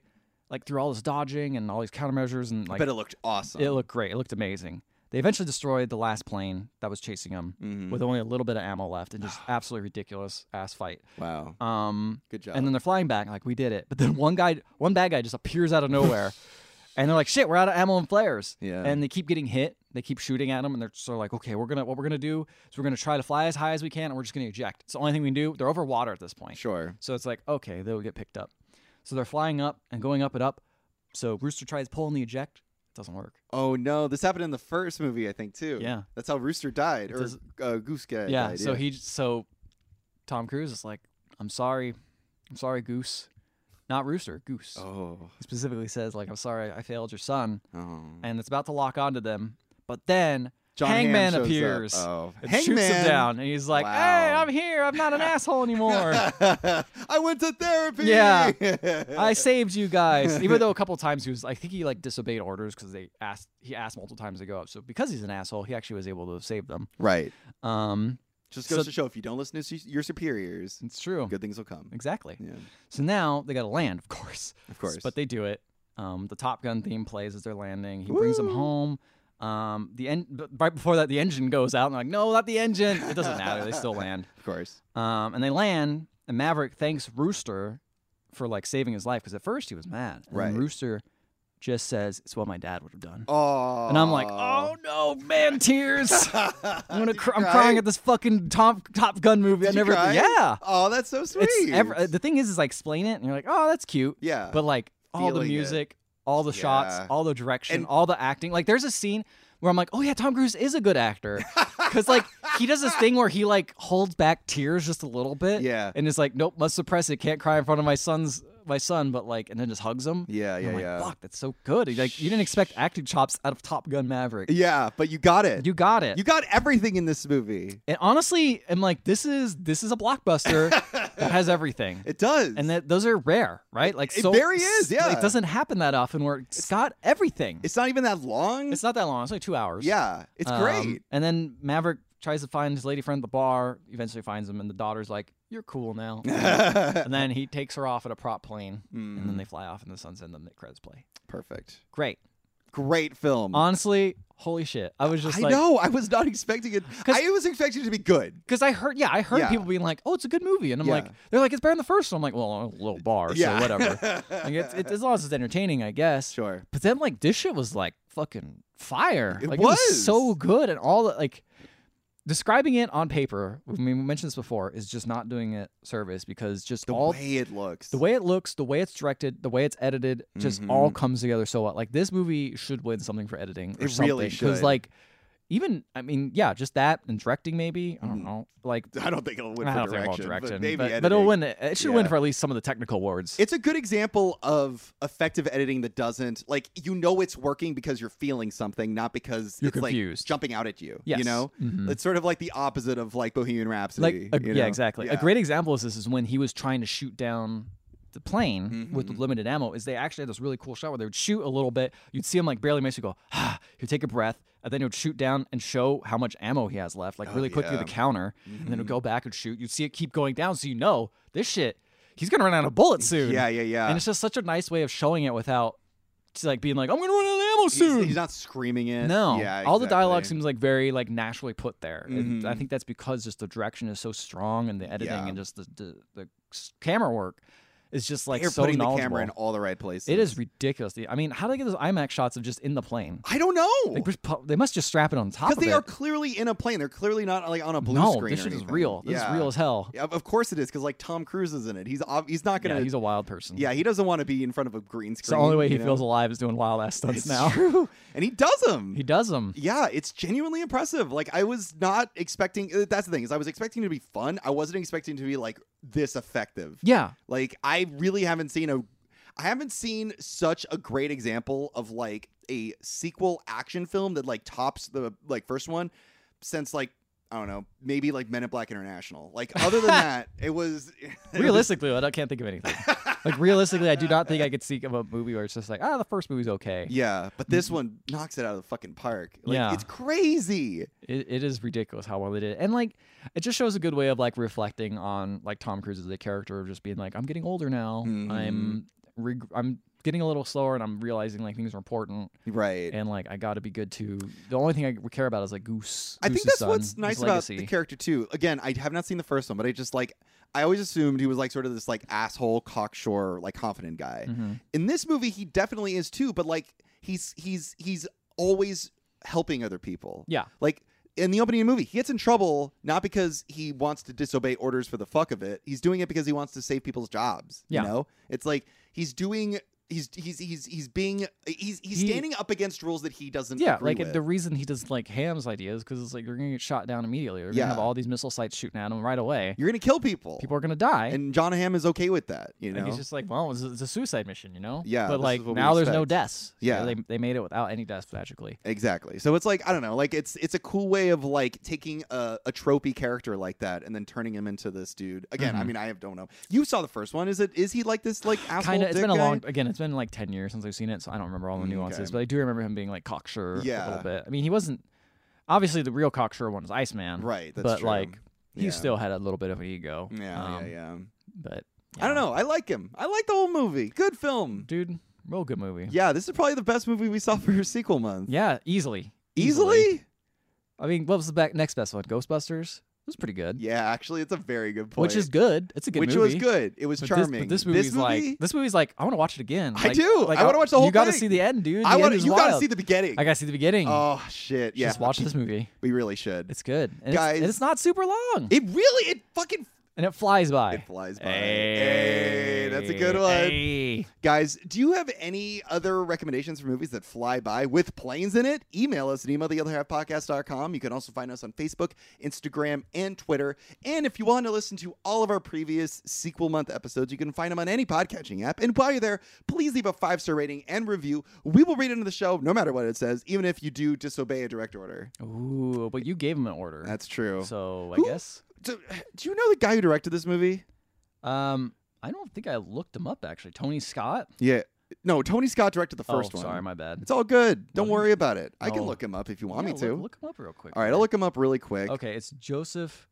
[SPEAKER 2] like through all this dodging and all these countermeasures and
[SPEAKER 1] time.
[SPEAKER 2] like
[SPEAKER 1] but uh, it looked awesome.
[SPEAKER 2] it looked great. It looked amazing. They eventually destroyed the last plane that was chasing him
[SPEAKER 1] Mhm.
[SPEAKER 2] with only a little bit of ammo left, and just absolutely ridiculous ass fight.
[SPEAKER 1] Wow.
[SPEAKER 2] Um,
[SPEAKER 1] Good job.
[SPEAKER 2] and then they're flying back, like we did it. But then one guy, one bad guy, just appears out of nowhere, and they're like, "Shit, we're out of ammo and flares."
[SPEAKER 1] Yeah.
[SPEAKER 2] And they keep getting hit. They keep shooting at them, and they're sort of like, "Okay, we're gonna what we're gonna do is we're gonna try to fly as high as we can, and we're just gonna eject." It's the only thing we can do. They're over water at this point,
[SPEAKER 1] sure.
[SPEAKER 2] so it's like, okay, they'll get picked up. So they're flying up and going up and up. So Rooster tries pulling the eject. It doesn't work.
[SPEAKER 1] Oh no, this happened in the first movie, I think too.
[SPEAKER 2] Yeah.
[SPEAKER 1] That's how Rooster died,
[SPEAKER 2] It
[SPEAKER 1] or
[SPEAKER 2] does-
[SPEAKER 1] uh, Goose guy.
[SPEAKER 2] yeah.
[SPEAKER 1] died,
[SPEAKER 2] so he so Tom Cruise is like, "I'm sorry, I'm sorry, Goose." Not rooster, goose.
[SPEAKER 1] Oh.
[SPEAKER 2] He specifically says, like, I'm sorry I failed your son.
[SPEAKER 1] Oh.
[SPEAKER 2] and it's about to lock onto them. But then
[SPEAKER 1] John Hamm
[SPEAKER 2] Hangman
[SPEAKER 1] shows up.
[SPEAKER 2] appears
[SPEAKER 1] Oh.
[SPEAKER 2] and
[SPEAKER 1] Hangman.
[SPEAKER 2] shoots him down, and he's like, "Hey,
[SPEAKER 1] Wow.
[SPEAKER 2] I'm here. I'm not an asshole anymore.
[SPEAKER 1] I went to therapy.
[SPEAKER 2] Yeah. I saved you guys." Even though a couple times he was, I think he like disobeyed orders because they asked he asked multiple times to go up. So because he's an asshole, he actually was able to save them.
[SPEAKER 1] right.
[SPEAKER 2] Um,
[SPEAKER 1] Just
[SPEAKER 2] So-
[SPEAKER 1] goes to show if you don't listen to s- your superiors,
[SPEAKER 2] it's true.
[SPEAKER 1] good things will come.
[SPEAKER 2] Exactly.
[SPEAKER 1] Yeah.
[SPEAKER 2] So now they got to land, of course.
[SPEAKER 1] Of course.
[SPEAKER 2] But they do it. Um, the Top Gun theme plays as they're landing. He brings them
[SPEAKER 1] Woo!
[SPEAKER 2] home. Um, the en- but right before that, the engine goes out, and they're like, "No, not the engine." It doesn't matter. They still land.
[SPEAKER 1] Of course.
[SPEAKER 2] Um, and they land, and Maverick thanks Rooster for like saving his life because at first he was mad, and
[SPEAKER 1] Right.
[SPEAKER 2] then Rooster just says, "It's what my dad would have done,"
[SPEAKER 1] Oh.
[SPEAKER 2] and I'm like, "Oh no, man, tears! I'm gonna,
[SPEAKER 1] Did
[SPEAKER 2] cr-
[SPEAKER 1] you
[SPEAKER 2] I'm
[SPEAKER 1] cry?
[SPEAKER 2] crying at this fucking Top Top Gun movie. I
[SPEAKER 1] Did you
[SPEAKER 2] never,
[SPEAKER 1] cry?
[SPEAKER 2] yeah."
[SPEAKER 1] Oh, that's so sweet.
[SPEAKER 2] It's ever, uh, the thing is, is I explain it, and you're like, "Oh, that's cute,"
[SPEAKER 1] yeah.
[SPEAKER 2] but like all the
[SPEAKER 1] feeling it.
[SPEAKER 2] music, all the shots,
[SPEAKER 1] Yeah.
[SPEAKER 2] all the direction,
[SPEAKER 1] And-
[SPEAKER 2] all the acting. Like there's a scene where I'm like, "Oh yeah, Tom Cruise is a good actor," because like he does this thing where he like holds back tears just a little bit,
[SPEAKER 1] Yeah.
[SPEAKER 2] and is like, "Nope, must suppress it. Can't cry in front of my son's my son," but like, and then just hugs him.
[SPEAKER 1] yeah.
[SPEAKER 2] And
[SPEAKER 1] Yeah.
[SPEAKER 2] I'm
[SPEAKER 1] yeah.
[SPEAKER 2] Like, Fuck, that's so good. He, Like you didn't expect acting chops out of Top Gun Maverick.
[SPEAKER 1] Yeah. But you got it.
[SPEAKER 2] You got it.
[SPEAKER 1] You got everything in this movie.
[SPEAKER 2] and honestly, I'm like, this is this is a blockbuster that has everything.
[SPEAKER 1] It does.
[SPEAKER 2] and that those are rare, right? Like
[SPEAKER 1] It
[SPEAKER 2] so,
[SPEAKER 1] very is,
[SPEAKER 2] like,
[SPEAKER 1] yeah.
[SPEAKER 2] it doesn't happen that often. Where it's got everything. It's,
[SPEAKER 1] it's not even that long.
[SPEAKER 2] not that long. It's like two hours.
[SPEAKER 1] yeah. It's
[SPEAKER 2] Um,
[SPEAKER 1] great.
[SPEAKER 2] And then Maverick tries to find his lady friend at the bar. Eventually finds him, and the daughter's like, "You're cool now." and then he takes her off at a prop plane, and
[SPEAKER 1] Hmm.
[SPEAKER 2] then they fly off in the sunset. And then the credits play.
[SPEAKER 1] Perfect.
[SPEAKER 2] Great.
[SPEAKER 1] Great film.
[SPEAKER 2] Honestly, holy shit! I was just
[SPEAKER 1] Hmm. I
[SPEAKER 2] like,
[SPEAKER 1] know. I was not expecting it.
[SPEAKER 2] 'Cause-
[SPEAKER 1] I was expecting it to be good.
[SPEAKER 2] Because I heard, yeah, I heard
[SPEAKER 1] Yeah.
[SPEAKER 2] people being like, "Oh, it's a good movie," and I'm
[SPEAKER 1] Yeah.
[SPEAKER 2] like, "They're like, it's better than the first one." I'm like, "Well, a little bar,
[SPEAKER 1] yeah.
[SPEAKER 2] so whatever." like, it's, it's as long as it's entertaining, I guess.
[SPEAKER 1] sure.
[SPEAKER 2] But then like this shit was like fucking fire.
[SPEAKER 1] It
[SPEAKER 2] like it was
[SPEAKER 1] was.
[SPEAKER 2] so good and all the like describing it on paper, I mean we mentioned this before, is just not doing it service because just
[SPEAKER 1] The
[SPEAKER 2] all
[SPEAKER 1] way it looks.
[SPEAKER 2] the way it looks, the way it's directed, the way it's edited, just all comes together so well. Like this movie should win something for editing or
[SPEAKER 1] Mm-hmm. It
[SPEAKER 2] something.
[SPEAKER 1] really should.
[SPEAKER 2] like even I mean, yeah, just that and directing maybe. I don't know. Like
[SPEAKER 1] I don't think it'll Mm-hmm. win
[SPEAKER 2] I
[SPEAKER 1] for
[SPEAKER 2] don't think it will
[SPEAKER 1] direction,
[SPEAKER 2] direction,
[SPEAKER 1] but maybe
[SPEAKER 2] but, but
[SPEAKER 1] editing.
[SPEAKER 2] it'll win. It should win
[SPEAKER 1] Yeah.
[SPEAKER 2] for at least some of the technical awards.
[SPEAKER 1] It's a good example of effective editing that doesn't like you know it's working because you're feeling something, not because
[SPEAKER 2] You're
[SPEAKER 1] it's
[SPEAKER 2] confused.
[SPEAKER 1] like jumping out at you. You
[SPEAKER 2] Yes.
[SPEAKER 1] know,
[SPEAKER 2] Mhm.
[SPEAKER 1] it's sort of like the opposite of like Bohemian
[SPEAKER 2] like
[SPEAKER 1] Rhapsody.
[SPEAKER 2] a-
[SPEAKER 1] you
[SPEAKER 2] yeah
[SPEAKER 1] know?
[SPEAKER 2] exactly
[SPEAKER 1] Yeah.
[SPEAKER 2] a great example of this is when he was trying to shoot down the plane with
[SPEAKER 1] Mhm.
[SPEAKER 2] limited ammo is they actually had this really cool shot where they would shoot a little bit you'd see him like barely miss you go ah he'd take a breath and then he would shoot down and show how much ammo he has left like
[SPEAKER 1] Oh,
[SPEAKER 2] really quickly
[SPEAKER 1] yeah. Mm-hmm.
[SPEAKER 2] the counter and then he'd go back and shoot you'd see it keep going down so you know this shit he's gonna run out of bullets soon
[SPEAKER 1] Yeah, yeah, yeah.
[SPEAKER 2] and it's just such a nice way of showing it without just, like being like i'm gonna run out of ammo
[SPEAKER 1] he's,
[SPEAKER 2] soon
[SPEAKER 1] he's not screaming it.
[SPEAKER 2] no,
[SPEAKER 1] Yeah.
[SPEAKER 2] all the dialogue
[SPEAKER 1] exactly.
[SPEAKER 2] seems like very like naturally put there. And I
[SPEAKER 1] Mhm.
[SPEAKER 2] think that's because just the direction is so strong and the editing
[SPEAKER 1] Yeah.
[SPEAKER 2] and just the, the the s- camera work is just like
[SPEAKER 1] They're
[SPEAKER 2] so
[SPEAKER 1] putting the
[SPEAKER 2] knowledgeable.
[SPEAKER 1] camera in all the right places.
[SPEAKER 2] it is ridiculous. The- I mean, how do they get those IMAX shots of just in the plane?
[SPEAKER 1] I don't know.
[SPEAKER 2] They, just pu- they must just strap it on top
[SPEAKER 1] because
[SPEAKER 2] of
[SPEAKER 1] they
[SPEAKER 2] it.
[SPEAKER 1] are clearly in a plane. They're clearly not like on a blue
[SPEAKER 2] no,
[SPEAKER 1] screen.
[SPEAKER 2] this
[SPEAKER 1] or
[SPEAKER 2] shit is
[SPEAKER 1] anything.
[SPEAKER 2] real. This
[SPEAKER 1] yeah.
[SPEAKER 2] is real as hell.
[SPEAKER 1] Yeah, of course it is. Because like Tom Cruise is in it. He's ob- he's not gonna.
[SPEAKER 2] Yeah, he's a wild person.
[SPEAKER 1] yeah, he doesn't want to be in front of a green screen.
[SPEAKER 2] it's the only way he
[SPEAKER 1] you know?
[SPEAKER 2] feels alive is doing wild ass stunts
[SPEAKER 1] It's
[SPEAKER 2] now.
[SPEAKER 1] true. and he does them.
[SPEAKER 2] He does them.
[SPEAKER 1] yeah, it's genuinely impressive. Like I was not expecting. uh, That's the thing is, I was expecting it to be fun. I wasn't expecting it to be like this effective.
[SPEAKER 2] Yeah,
[SPEAKER 1] Like I really haven't seen a I haven't seen such a great example of like a sequel action film that like tops the like first one since like I don't know, maybe like Men in Black International. Like other than that, it was
[SPEAKER 2] realistically, I don't- can't think of anything. like realistically, I do not think I could think of a movie where it's just like, ah, the first movie's okay.
[SPEAKER 1] Yeah, but this one knocks it out of the fucking park. Like
[SPEAKER 2] Yeah.
[SPEAKER 1] it's crazy.
[SPEAKER 2] It, it is ridiculous how well they did it. And like it just shows a good way of like
[SPEAKER 1] Mm-hmm.
[SPEAKER 2] reflecting on like Tom Cruise as a character of just being like, I'm getting older now. I'm reg- I'm getting a little slower, and I'm realizing like things are important,
[SPEAKER 1] right.
[SPEAKER 2] and like I got to be good to. The only thing I care about is like Goose.
[SPEAKER 1] I think
[SPEAKER 2] Goose's
[SPEAKER 1] that's
[SPEAKER 2] son,
[SPEAKER 1] what's
[SPEAKER 2] his
[SPEAKER 1] nice about
[SPEAKER 2] legacy.
[SPEAKER 1] the character too. Again, I have not seen the first one, but I just like I always assumed he was like sort of this like asshole, cocksure, like confident guy.
[SPEAKER 2] Mhm.
[SPEAKER 1] In this movie, he definitely is too, but like he's he's he's always helping other people.
[SPEAKER 2] Yeah.
[SPEAKER 1] Like in the opening of the movie, he gets in trouble not because he wants to disobey orders for the fuck of it. He's doing it because he wants to save people's jobs.
[SPEAKER 2] Yeah.
[SPEAKER 1] You know? It's like he's doing he's he's he's he's being he's he's
[SPEAKER 2] He-
[SPEAKER 1] standing up against rules that he doesn't
[SPEAKER 2] Yeah,
[SPEAKER 1] agree
[SPEAKER 2] like
[SPEAKER 1] with.
[SPEAKER 2] the reason he doesn't like Ham's idea is because it's like you're gonna get shot down immediately. You're gonna have
[SPEAKER 1] Yeah.
[SPEAKER 2] all these missile sites shooting at him right away.
[SPEAKER 1] You're gonna kill people.
[SPEAKER 2] People are gonna die.
[SPEAKER 1] and John Hamm is okay with that, you know.
[SPEAKER 2] Like, it's just like, well, it's a, it's a suicide mission, you know?
[SPEAKER 1] Yeah,
[SPEAKER 2] But
[SPEAKER 1] this
[SPEAKER 2] like
[SPEAKER 1] is what we
[SPEAKER 2] now there's no
[SPEAKER 1] expect.
[SPEAKER 2] deaths. So
[SPEAKER 1] Yeah.
[SPEAKER 2] They, they made it without any deaths tragically.
[SPEAKER 1] exactly. So it's like I don't know, like it's it's a cool way of like taking a, a tropey character like that and then turning him into this dude. Again, I
[SPEAKER 2] Mhm.
[SPEAKER 1] mean, I have don't know. You saw the first one. Is it is he like this like asshole?
[SPEAKER 2] Kinda. It's been a
[SPEAKER 1] dick guy?
[SPEAKER 2] long. Again, it's been like ten years since I've seen it, so I don't remember all the
[SPEAKER 1] Mm,
[SPEAKER 2] nuances.
[SPEAKER 1] okay.
[SPEAKER 2] But I do remember him being like cocksure a
[SPEAKER 1] Yeah.
[SPEAKER 2] little bit. I mean, he wasn't. Obviously, the real cocksure one is Iceman.
[SPEAKER 1] Right. That's
[SPEAKER 2] but
[SPEAKER 1] true.
[SPEAKER 2] like he
[SPEAKER 1] Yeah.
[SPEAKER 2] still had a little bit of an ego.
[SPEAKER 1] Yeah,
[SPEAKER 2] Um,
[SPEAKER 1] yeah, yeah.
[SPEAKER 2] But
[SPEAKER 1] I don't
[SPEAKER 2] yeah.
[SPEAKER 1] know. I like him. I like the whole movie. Good film.
[SPEAKER 2] dude. Real good movie.
[SPEAKER 1] Yeah, this is probably the best movie we saw for sequel month.
[SPEAKER 2] Yeah, easily.
[SPEAKER 1] Easily?
[SPEAKER 2] I mean, what was the back, next best one? Ghostbusters. It was pretty good.
[SPEAKER 1] Yeah, actually, it's a very good point.
[SPEAKER 2] Which is good. It's a good
[SPEAKER 1] which was
[SPEAKER 2] movie.
[SPEAKER 1] good. It was
[SPEAKER 2] But this-
[SPEAKER 1] charming.
[SPEAKER 2] but this movie's like this movie's like I want to watch it again.
[SPEAKER 1] I
[SPEAKER 2] Like-
[SPEAKER 1] do.
[SPEAKER 2] Like,
[SPEAKER 1] I wanna watch the whole
[SPEAKER 2] You gotta
[SPEAKER 1] thing.
[SPEAKER 2] see the end, dude. The
[SPEAKER 1] I
[SPEAKER 2] end
[SPEAKER 1] want
[SPEAKER 2] is
[SPEAKER 1] you gotta
[SPEAKER 2] wild.
[SPEAKER 1] see the beginning.
[SPEAKER 2] I gotta see the beginning.
[SPEAKER 1] Oh shit! Yeah,
[SPEAKER 2] Just watch this movie.
[SPEAKER 1] We really should.
[SPEAKER 2] It's good. And it's,
[SPEAKER 1] Guys.
[SPEAKER 2] and it's not super long.
[SPEAKER 1] It really, it fucking
[SPEAKER 2] and it flies by.
[SPEAKER 1] it flies by.
[SPEAKER 2] Hey.
[SPEAKER 1] Hey, that's a good one,
[SPEAKER 2] Hey.
[SPEAKER 1] guys. Do you have any other recommendations for movies that fly by with planes in it? Email us at emailtheotherhalfpodcast.com. You can also find us on Facebook, Instagram, and Twitter. And if you want to listen to all of our previous sequel month episodes, you can find them on any podcatching app. And while you're there, please leave a five star rating and review. We will read it into the show, no matter what it says, even if you do disobey a direct order.
[SPEAKER 2] Ooh, but you gave him an order.
[SPEAKER 1] That's true.
[SPEAKER 2] so I
[SPEAKER 1] Who-
[SPEAKER 2] guess.
[SPEAKER 1] do, do you know the guy who directed this movie?
[SPEAKER 2] Um, I don't think I looked him up actually. Tony Scott.
[SPEAKER 1] Yeah. No, Tony Scott directed the first
[SPEAKER 2] oh,
[SPEAKER 1] one.
[SPEAKER 2] Sorry, my bad.
[SPEAKER 1] It's all good. Don't
[SPEAKER 2] Wasn't
[SPEAKER 1] worry about it. I can
[SPEAKER 2] Oh.
[SPEAKER 1] look him up if you want
[SPEAKER 2] Yeah,
[SPEAKER 1] me to.
[SPEAKER 2] Look, look him up real quick.
[SPEAKER 1] all right, I'll look him up really quick.
[SPEAKER 2] Okay, it's Joseph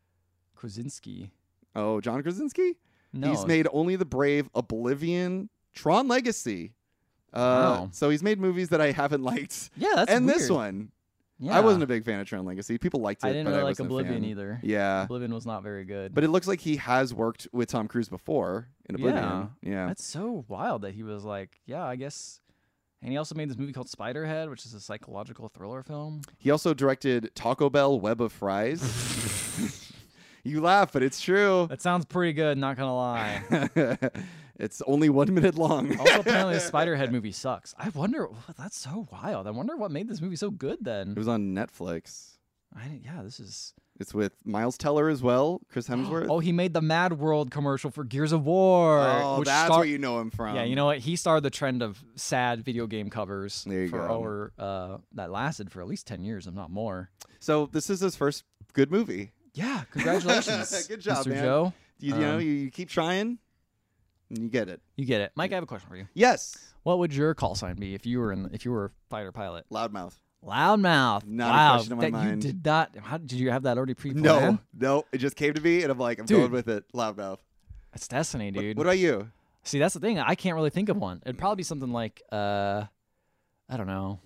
[SPEAKER 2] Krasinski.
[SPEAKER 1] Oh, John Krasinski?
[SPEAKER 2] No,
[SPEAKER 1] He's made Only the Brave, Oblivion, Tron Legacy. Uh,
[SPEAKER 2] Wow.
[SPEAKER 1] So he's made movies that I haven't liked.
[SPEAKER 2] yeah, Oh. that's
[SPEAKER 1] and
[SPEAKER 2] weird.
[SPEAKER 1] this one.
[SPEAKER 2] Yeah.
[SPEAKER 1] I wasn't a big fan of Tron Legacy. People liked it,
[SPEAKER 2] I didn't
[SPEAKER 1] but
[SPEAKER 2] really
[SPEAKER 1] I
[SPEAKER 2] like
[SPEAKER 1] wasn't a
[SPEAKER 2] Oblivion
[SPEAKER 1] fan.
[SPEAKER 2] either.
[SPEAKER 1] Yeah.
[SPEAKER 2] Oblivion was not very good.
[SPEAKER 1] But it looks like he has worked with Tom Cruise before in Oblivion.
[SPEAKER 2] Yeah.
[SPEAKER 1] yeah.
[SPEAKER 2] that's so wild that he was like, yeah, I guess. And he also made this movie called Spiderhead, which is a psychological thriller film.
[SPEAKER 1] He also directed Taco Bell Web of Fries. you laugh, but it's true.
[SPEAKER 2] That sounds pretty good, not gonna lie.
[SPEAKER 1] it's only one minute long.
[SPEAKER 2] also, apparently, the Spiderhead movie sucks. I wonder. That's so wild. I wonder what made this movie so good
[SPEAKER 1] it
[SPEAKER 2] then.
[SPEAKER 1] was on Netflix.
[SPEAKER 2] I didn't, yeah, this is.
[SPEAKER 1] It's with Miles Teller as well, Chris Hemsworth.
[SPEAKER 2] Oh, he made the Mad World commercial for Gears of War.
[SPEAKER 1] Oh,
[SPEAKER 2] which
[SPEAKER 1] that's
[SPEAKER 2] star-
[SPEAKER 1] where you know him from.
[SPEAKER 2] Yeah, you know what? He started the trend of sad video game covers
[SPEAKER 1] There you
[SPEAKER 2] for
[SPEAKER 1] go.
[SPEAKER 2] over uh, that lasted for at least ten years, if not more.
[SPEAKER 1] So this is his first good movie.
[SPEAKER 2] Yeah, congratulations.
[SPEAKER 1] Good job,
[SPEAKER 2] Mr.
[SPEAKER 1] man.
[SPEAKER 2] Joe.
[SPEAKER 1] You, you know,
[SPEAKER 2] Um,
[SPEAKER 1] you, you keep trying, and you get it.
[SPEAKER 2] You get it, Mike. I have a question for you.
[SPEAKER 1] Yes,
[SPEAKER 2] What would your call sign be if you were in if you were a fighter pilot?
[SPEAKER 1] loudmouth.
[SPEAKER 2] Loudmouth.
[SPEAKER 1] Not a
[SPEAKER 2] wow,
[SPEAKER 1] question in my
[SPEAKER 2] that
[SPEAKER 1] mind.
[SPEAKER 2] you did not. How did you have that already pre-planned?
[SPEAKER 1] No, no, it just came to me, and I'm like, I'm
[SPEAKER 2] Dude.
[SPEAKER 1] going with it. Loudmouth.
[SPEAKER 2] that's destiny,
[SPEAKER 1] What-
[SPEAKER 2] dude.
[SPEAKER 1] What, about you?
[SPEAKER 2] See, that's the thing. I can't really think of one. It'd probably be something like, uh, I don't know,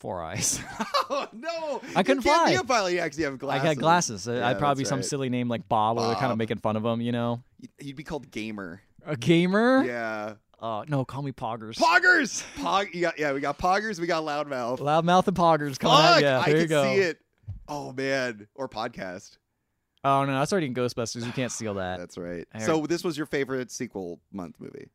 [SPEAKER 2] four eyes.
[SPEAKER 1] Oh no!
[SPEAKER 2] I couldn't
[SPEAKER 1] you can't Be
[SPEAKER 2] fly.
[SPEAKER 1] a pilot. You actually have
[SPEAKER 2] I
[SPEAKER 1] glasses.
[SPEAKER 2] got glasses.
[SPEAKER 1] Yeah,
[SPEAKER 2] I'd probably be
[SPEAKER 1] that's
[SPEAKER 2] some
[SPEAKER 1] right.
[SPEAKER 2] silly name like Bob, where they're kind of
[SPEAKER 1] Bob.
[SPEAKER 2] making fun of him. You know,
[SPEAKER 1] You'd be called gamer.
[SPEAKER 2] a gamer.
[SPEAKER 1] Yeah.
[SPEAKER 2] Uh, no, call me Poggers.
[SPEAKER 1] Poggers. Pog. You got, yeah, we got poggers. We got loudmouth.
[SPEAKER 2] Loudmouth and Poggers coming out.
[SPEAKER 1] Fuck,
[SPEAKER 2] Yeah,
[SPEAKER 1] I
[SPEAKER 2] there
[SPEAKER 1] can
[SPEAKER 2] you go.
[SPEAKER 1] see it. Oh man, or podcast.
[SPEAKER 2] Oh no, that's already in Ghostbusters. You can't steal that.
[SPEAKER 1] That's right.
[SPEAKER 2] I
[SPEAKER 1] So this was your favorite sequel month movie.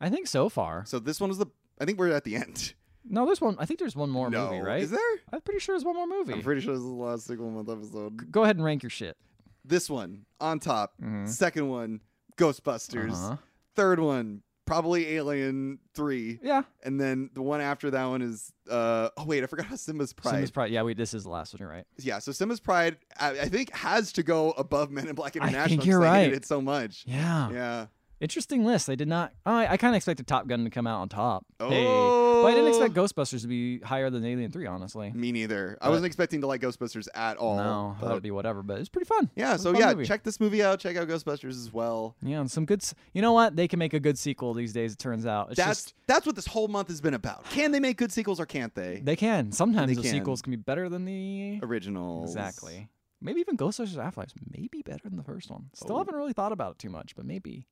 [SPEAKER 2] I think so far.
[SPEAKER 1] So this one was the. I think we're at the end.
[SPEAKER 2] No, there's one. I think there's one more
[SPEAKER 1] no,
[SPEAKER 2] movie, right?
[SPEAKER 1] Is there?
[SPEAKER 2] I'm pretty sure there's one more movie.
[SPEAKER 1] I'm pretty sure this is the last sequel month episode.
[SPEAKER 2] Go ahead and rank your shit.
[SPEAKER 1] This one on top.
[SPEAKER 2] Mhm.
[SPEAKER 1] Second one, Ghostbusters.
[SPEAKER 2] Uh-huh.
[SPEAKER 1] Third one, probably Alien Three,
[SPEAKER 2] Yeah.
[SPEAKER 1] and then the one after that one is. Uh, oh wait, I forgot how Simba's Pride.
[SPEAKER 2] Simba's Pride. Yeah, wait, this is the last one. You're right.
[SPEAKER 1] Yeah, so Simba's Pride, I, I think, has to go above Men in Black
[SPEAKER 2] I
[SPEAKER 1] International.
[SPEAKER 2] think
[SPEAKER 1] because
[SPEAKER 2] you're
[SPEAKER 1] they
[SPEAKER 2] right.
[SPEAKER 1] hated it so much.
[SPEAKER 2] Yeah.
[SPEAKER 1] Yeah.
[SPEAKER 2] Interesting list. They did not. I, I kind of expected Top Gun to come out on top. Hey.
[SPEAKER 1] Oh.
[SPEAKER 2] But I didn't expect Ghostbusters to be higher than Alien 3, honestly.
[SPEAKER 1] Me neither. I
[SPEAKER 2] But-
[SPEAKER 1] wasn't expecting to like Ghostbusters at all.
[SPEAKER 2] no,
[SPEAKER 1] but-
[SPEAKER 2] that would be whatever, but it's pretty fun.
[SPEAKER 1] yeah.
[SPEAKER 2] It's a
[SPEAKER 1] So
[SPEAKER 2] fun
[SPEAKER 1] yeah,
[SPEAKER 2] movie.
[SPEAKER 1] check this movie out. Check out Ghostbusters as well.
[SPEAKER 2] Yeah, and some good. s- You know what? They can make a good sequel these days. It turns out. It's
[SPEAKER 1] that's
[SPEAKER 2] just
[SPEAKER 1] that's what this whole month has been about. Can they make good sequels or can't they?
[SPEAKER 2] they can. Sometimes
[SPEAKER 1] They
[SPEAKER 2] the
[SPEAKER 1] can.
[SPEAKER 2] sequels can be better than the
[SPEAKER 1] Originals.
[SPEAKER 2] exactly. Maybe even Ghostbusters Afterlife maybe better than the first one. Still
[SPEAKER 1] Oh.
[SPEAKER 2] haven't really thought about it too much, but maybe.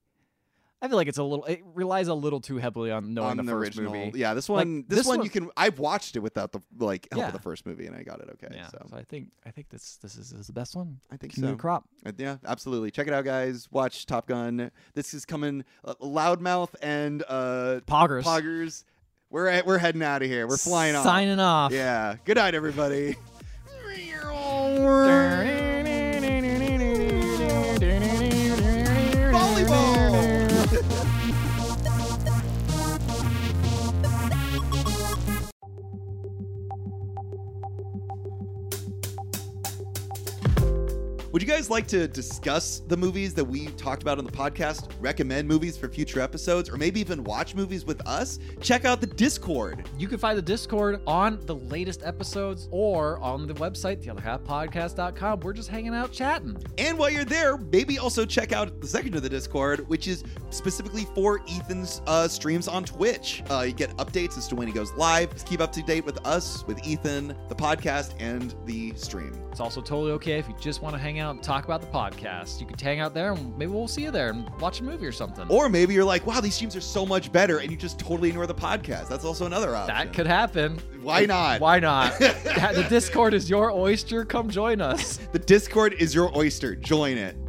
[SPEAKER 2] I feel like it's a little. It relies a little too heavily on knowing
[SPEAKER 1] On the,
[SPEAKER 2] first
[SPEAKER 1] original,
[SPEAKER 2] movie.
[SPEAKER 1] yeah. This
[SPEAKER 2] Like,
[SPEAKER 1] one, this,
[SPEAKER 2] this
[SPEAKER 1] one,
[SPEAKER 2] one-
[SPEAKER 1] you can. I've watched it without the like help
[SPEAKER 2] Yeah.
[SPEAKER 1] of the first movie, and I got it okay.
[SPEAKER 2] Yeah,
[SPEAKER 1] So
[SPEAKER 2] so I think I think this this is, is the best one.
[SPEAKER 1] I think
[SPEAKER 2] New
[SPEAKER 1] so.
[SPEAKER 2] crop.
[SPEAKER 1] Uh, Yeah, absolutely. Check it out, guys. Watch Top Gun. This is coming. Uh, Loudmouth and uh,
[SPEAKER 2] Poggers.
[SPEAKER 1] Poggers. We're at, we're heading out of here. We're flying off.
[SPEAKER 2] Signing off.
[SPEAKER 1] Yeah. Good night, everybody.
[SPEAKER 2] Volleyball.
[SPEAKER 1] Volleyball. Would you guys like to discuss the movies that we talked about on the podcast, recommend movies for future episodes, or maybe even watch movies with us? Check out the Discord.
[SPEAKER 2] You can find the Discord on the latest episodes or on the website, theotherhalfpodcast.com. We're just hanging out chatting.
[SPEAKER 1] And while you're there, maybe also check out the section of the Discord, which is specifically for Ethan's uh, streams on Twitch. Uh, you get updates as to when he goes live. Just keep up to date with us, with Ethan, the podcast, and the stream.
[SPEAKER 2] It's also totally okay if you just want to hang out and talk about the podcast. You could hang out there and maybe we'll see you there and watch a movie or something.
[SPEAKER 1] Or maybe you're like, wow, these streams are so much better, and you just totally ignore the podcast. That's also another option.
[SPEAKER 2] that could happen.
[SPEAKER 1] Why not?
[SPEAKER 2] Why not? the Discord is your oyster. Come join us.
[SPEAKER 1] The Discord is your oyster. Join it.